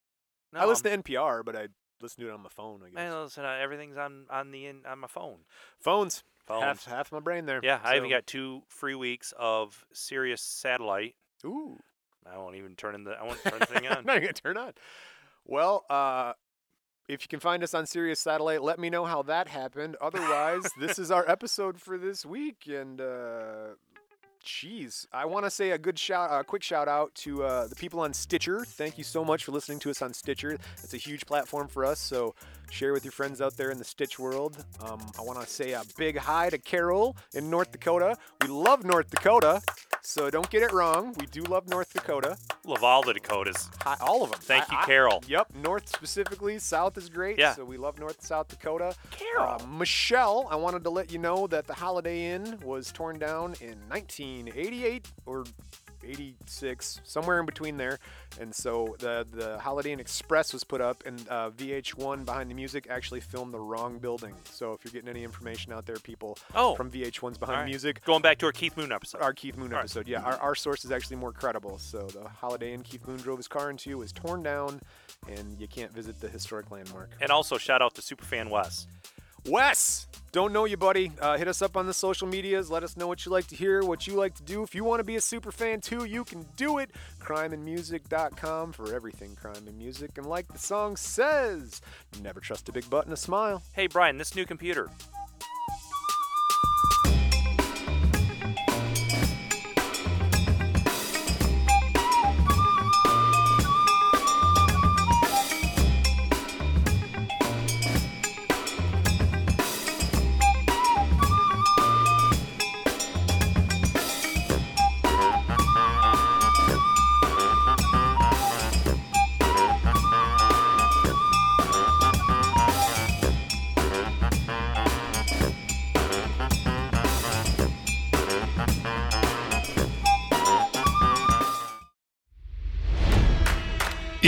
Speaker 2: No,
Speaker 1: I
Speaker 2: I'm-
Speaker 1: listen to NPR, but I listen to it on my phone. I guess
Speaker 2: I listen. To, everything's on on the in, on my phone.
Speaker 1: phones.
Speaker 2: Phones.
Speaker 1: Half half my brain there.
Speaker 2: Yeah, I even
Speaker 1: So-
Speaker 2: got two free weeks of Sirius satellite.
Speaker 1: Ooh.
Speaker 2: I won't even turn in the. I won't turn the thing on.
Speaker 1: not even gonna turn on. Well, uh, if you can find us on Sirius Satellite, let me know how that happened. Otherwise, this is our episode for this week. And uh, geez, I want to say a good shout, a quick shout out to uh, the people on Stitcher. Thank you so much for listening to us on Stitcher. It's a huge platform for us. So share with your friends out there in the Stitch world. Um, I want to say a big hi to Carol in North Dakota. We love North Dakota. So don't get it wrong. We do love North Dakota.
Speaker 2: Laval, the Dakotas.
Speaker 1: Hi, all of them.
Speaker 2: Thank you, Carol.
Speaker 1: Yep, North specifically. South is great.
Speaker 2: Yeah.
Speaker 1: So we love North and South Dakota.
Speaker 2: Carol.
Speaker 1: Uh, Michelle, I wanted to let you know that the Holiday Inn was torn down in 1988 or 86, somewhere in between there. And so the, the Holiday Inn Express was put up, and uh, VH1 Behind the Music actually filmed the wrong building. So if you're getting any information out there, people
Speaker 2: Oh.
Speaker 1: from VH1's Behind
Speaker 2: All
Speaker 1: the
Speaker 2: right.
Speaker 1: Music,
Speaker 2: Going back to our Keith Moon episode.
Speaker 1: our Keith Moon
Speaker 2: All right.
Speaker 1: episode. Yeah, our, our source is actually more credible. So the Holiday Inn Keith Moon drove his car into was torn down, and you can't visit the historic landmark.
Speaker 2: and also shout out to Superfan Wes.
Speaker 1: Wes, don't know you, buddy. Uh, hit us up on the social medias. Let us know what you like to hear, what you like to do. If you want to be a super fan too, you can do it. Crimeandmusic.com for everything crime and music. And like the song says, never trust a big button, a smile.
Speaker 2: Hey Brian, this new computer.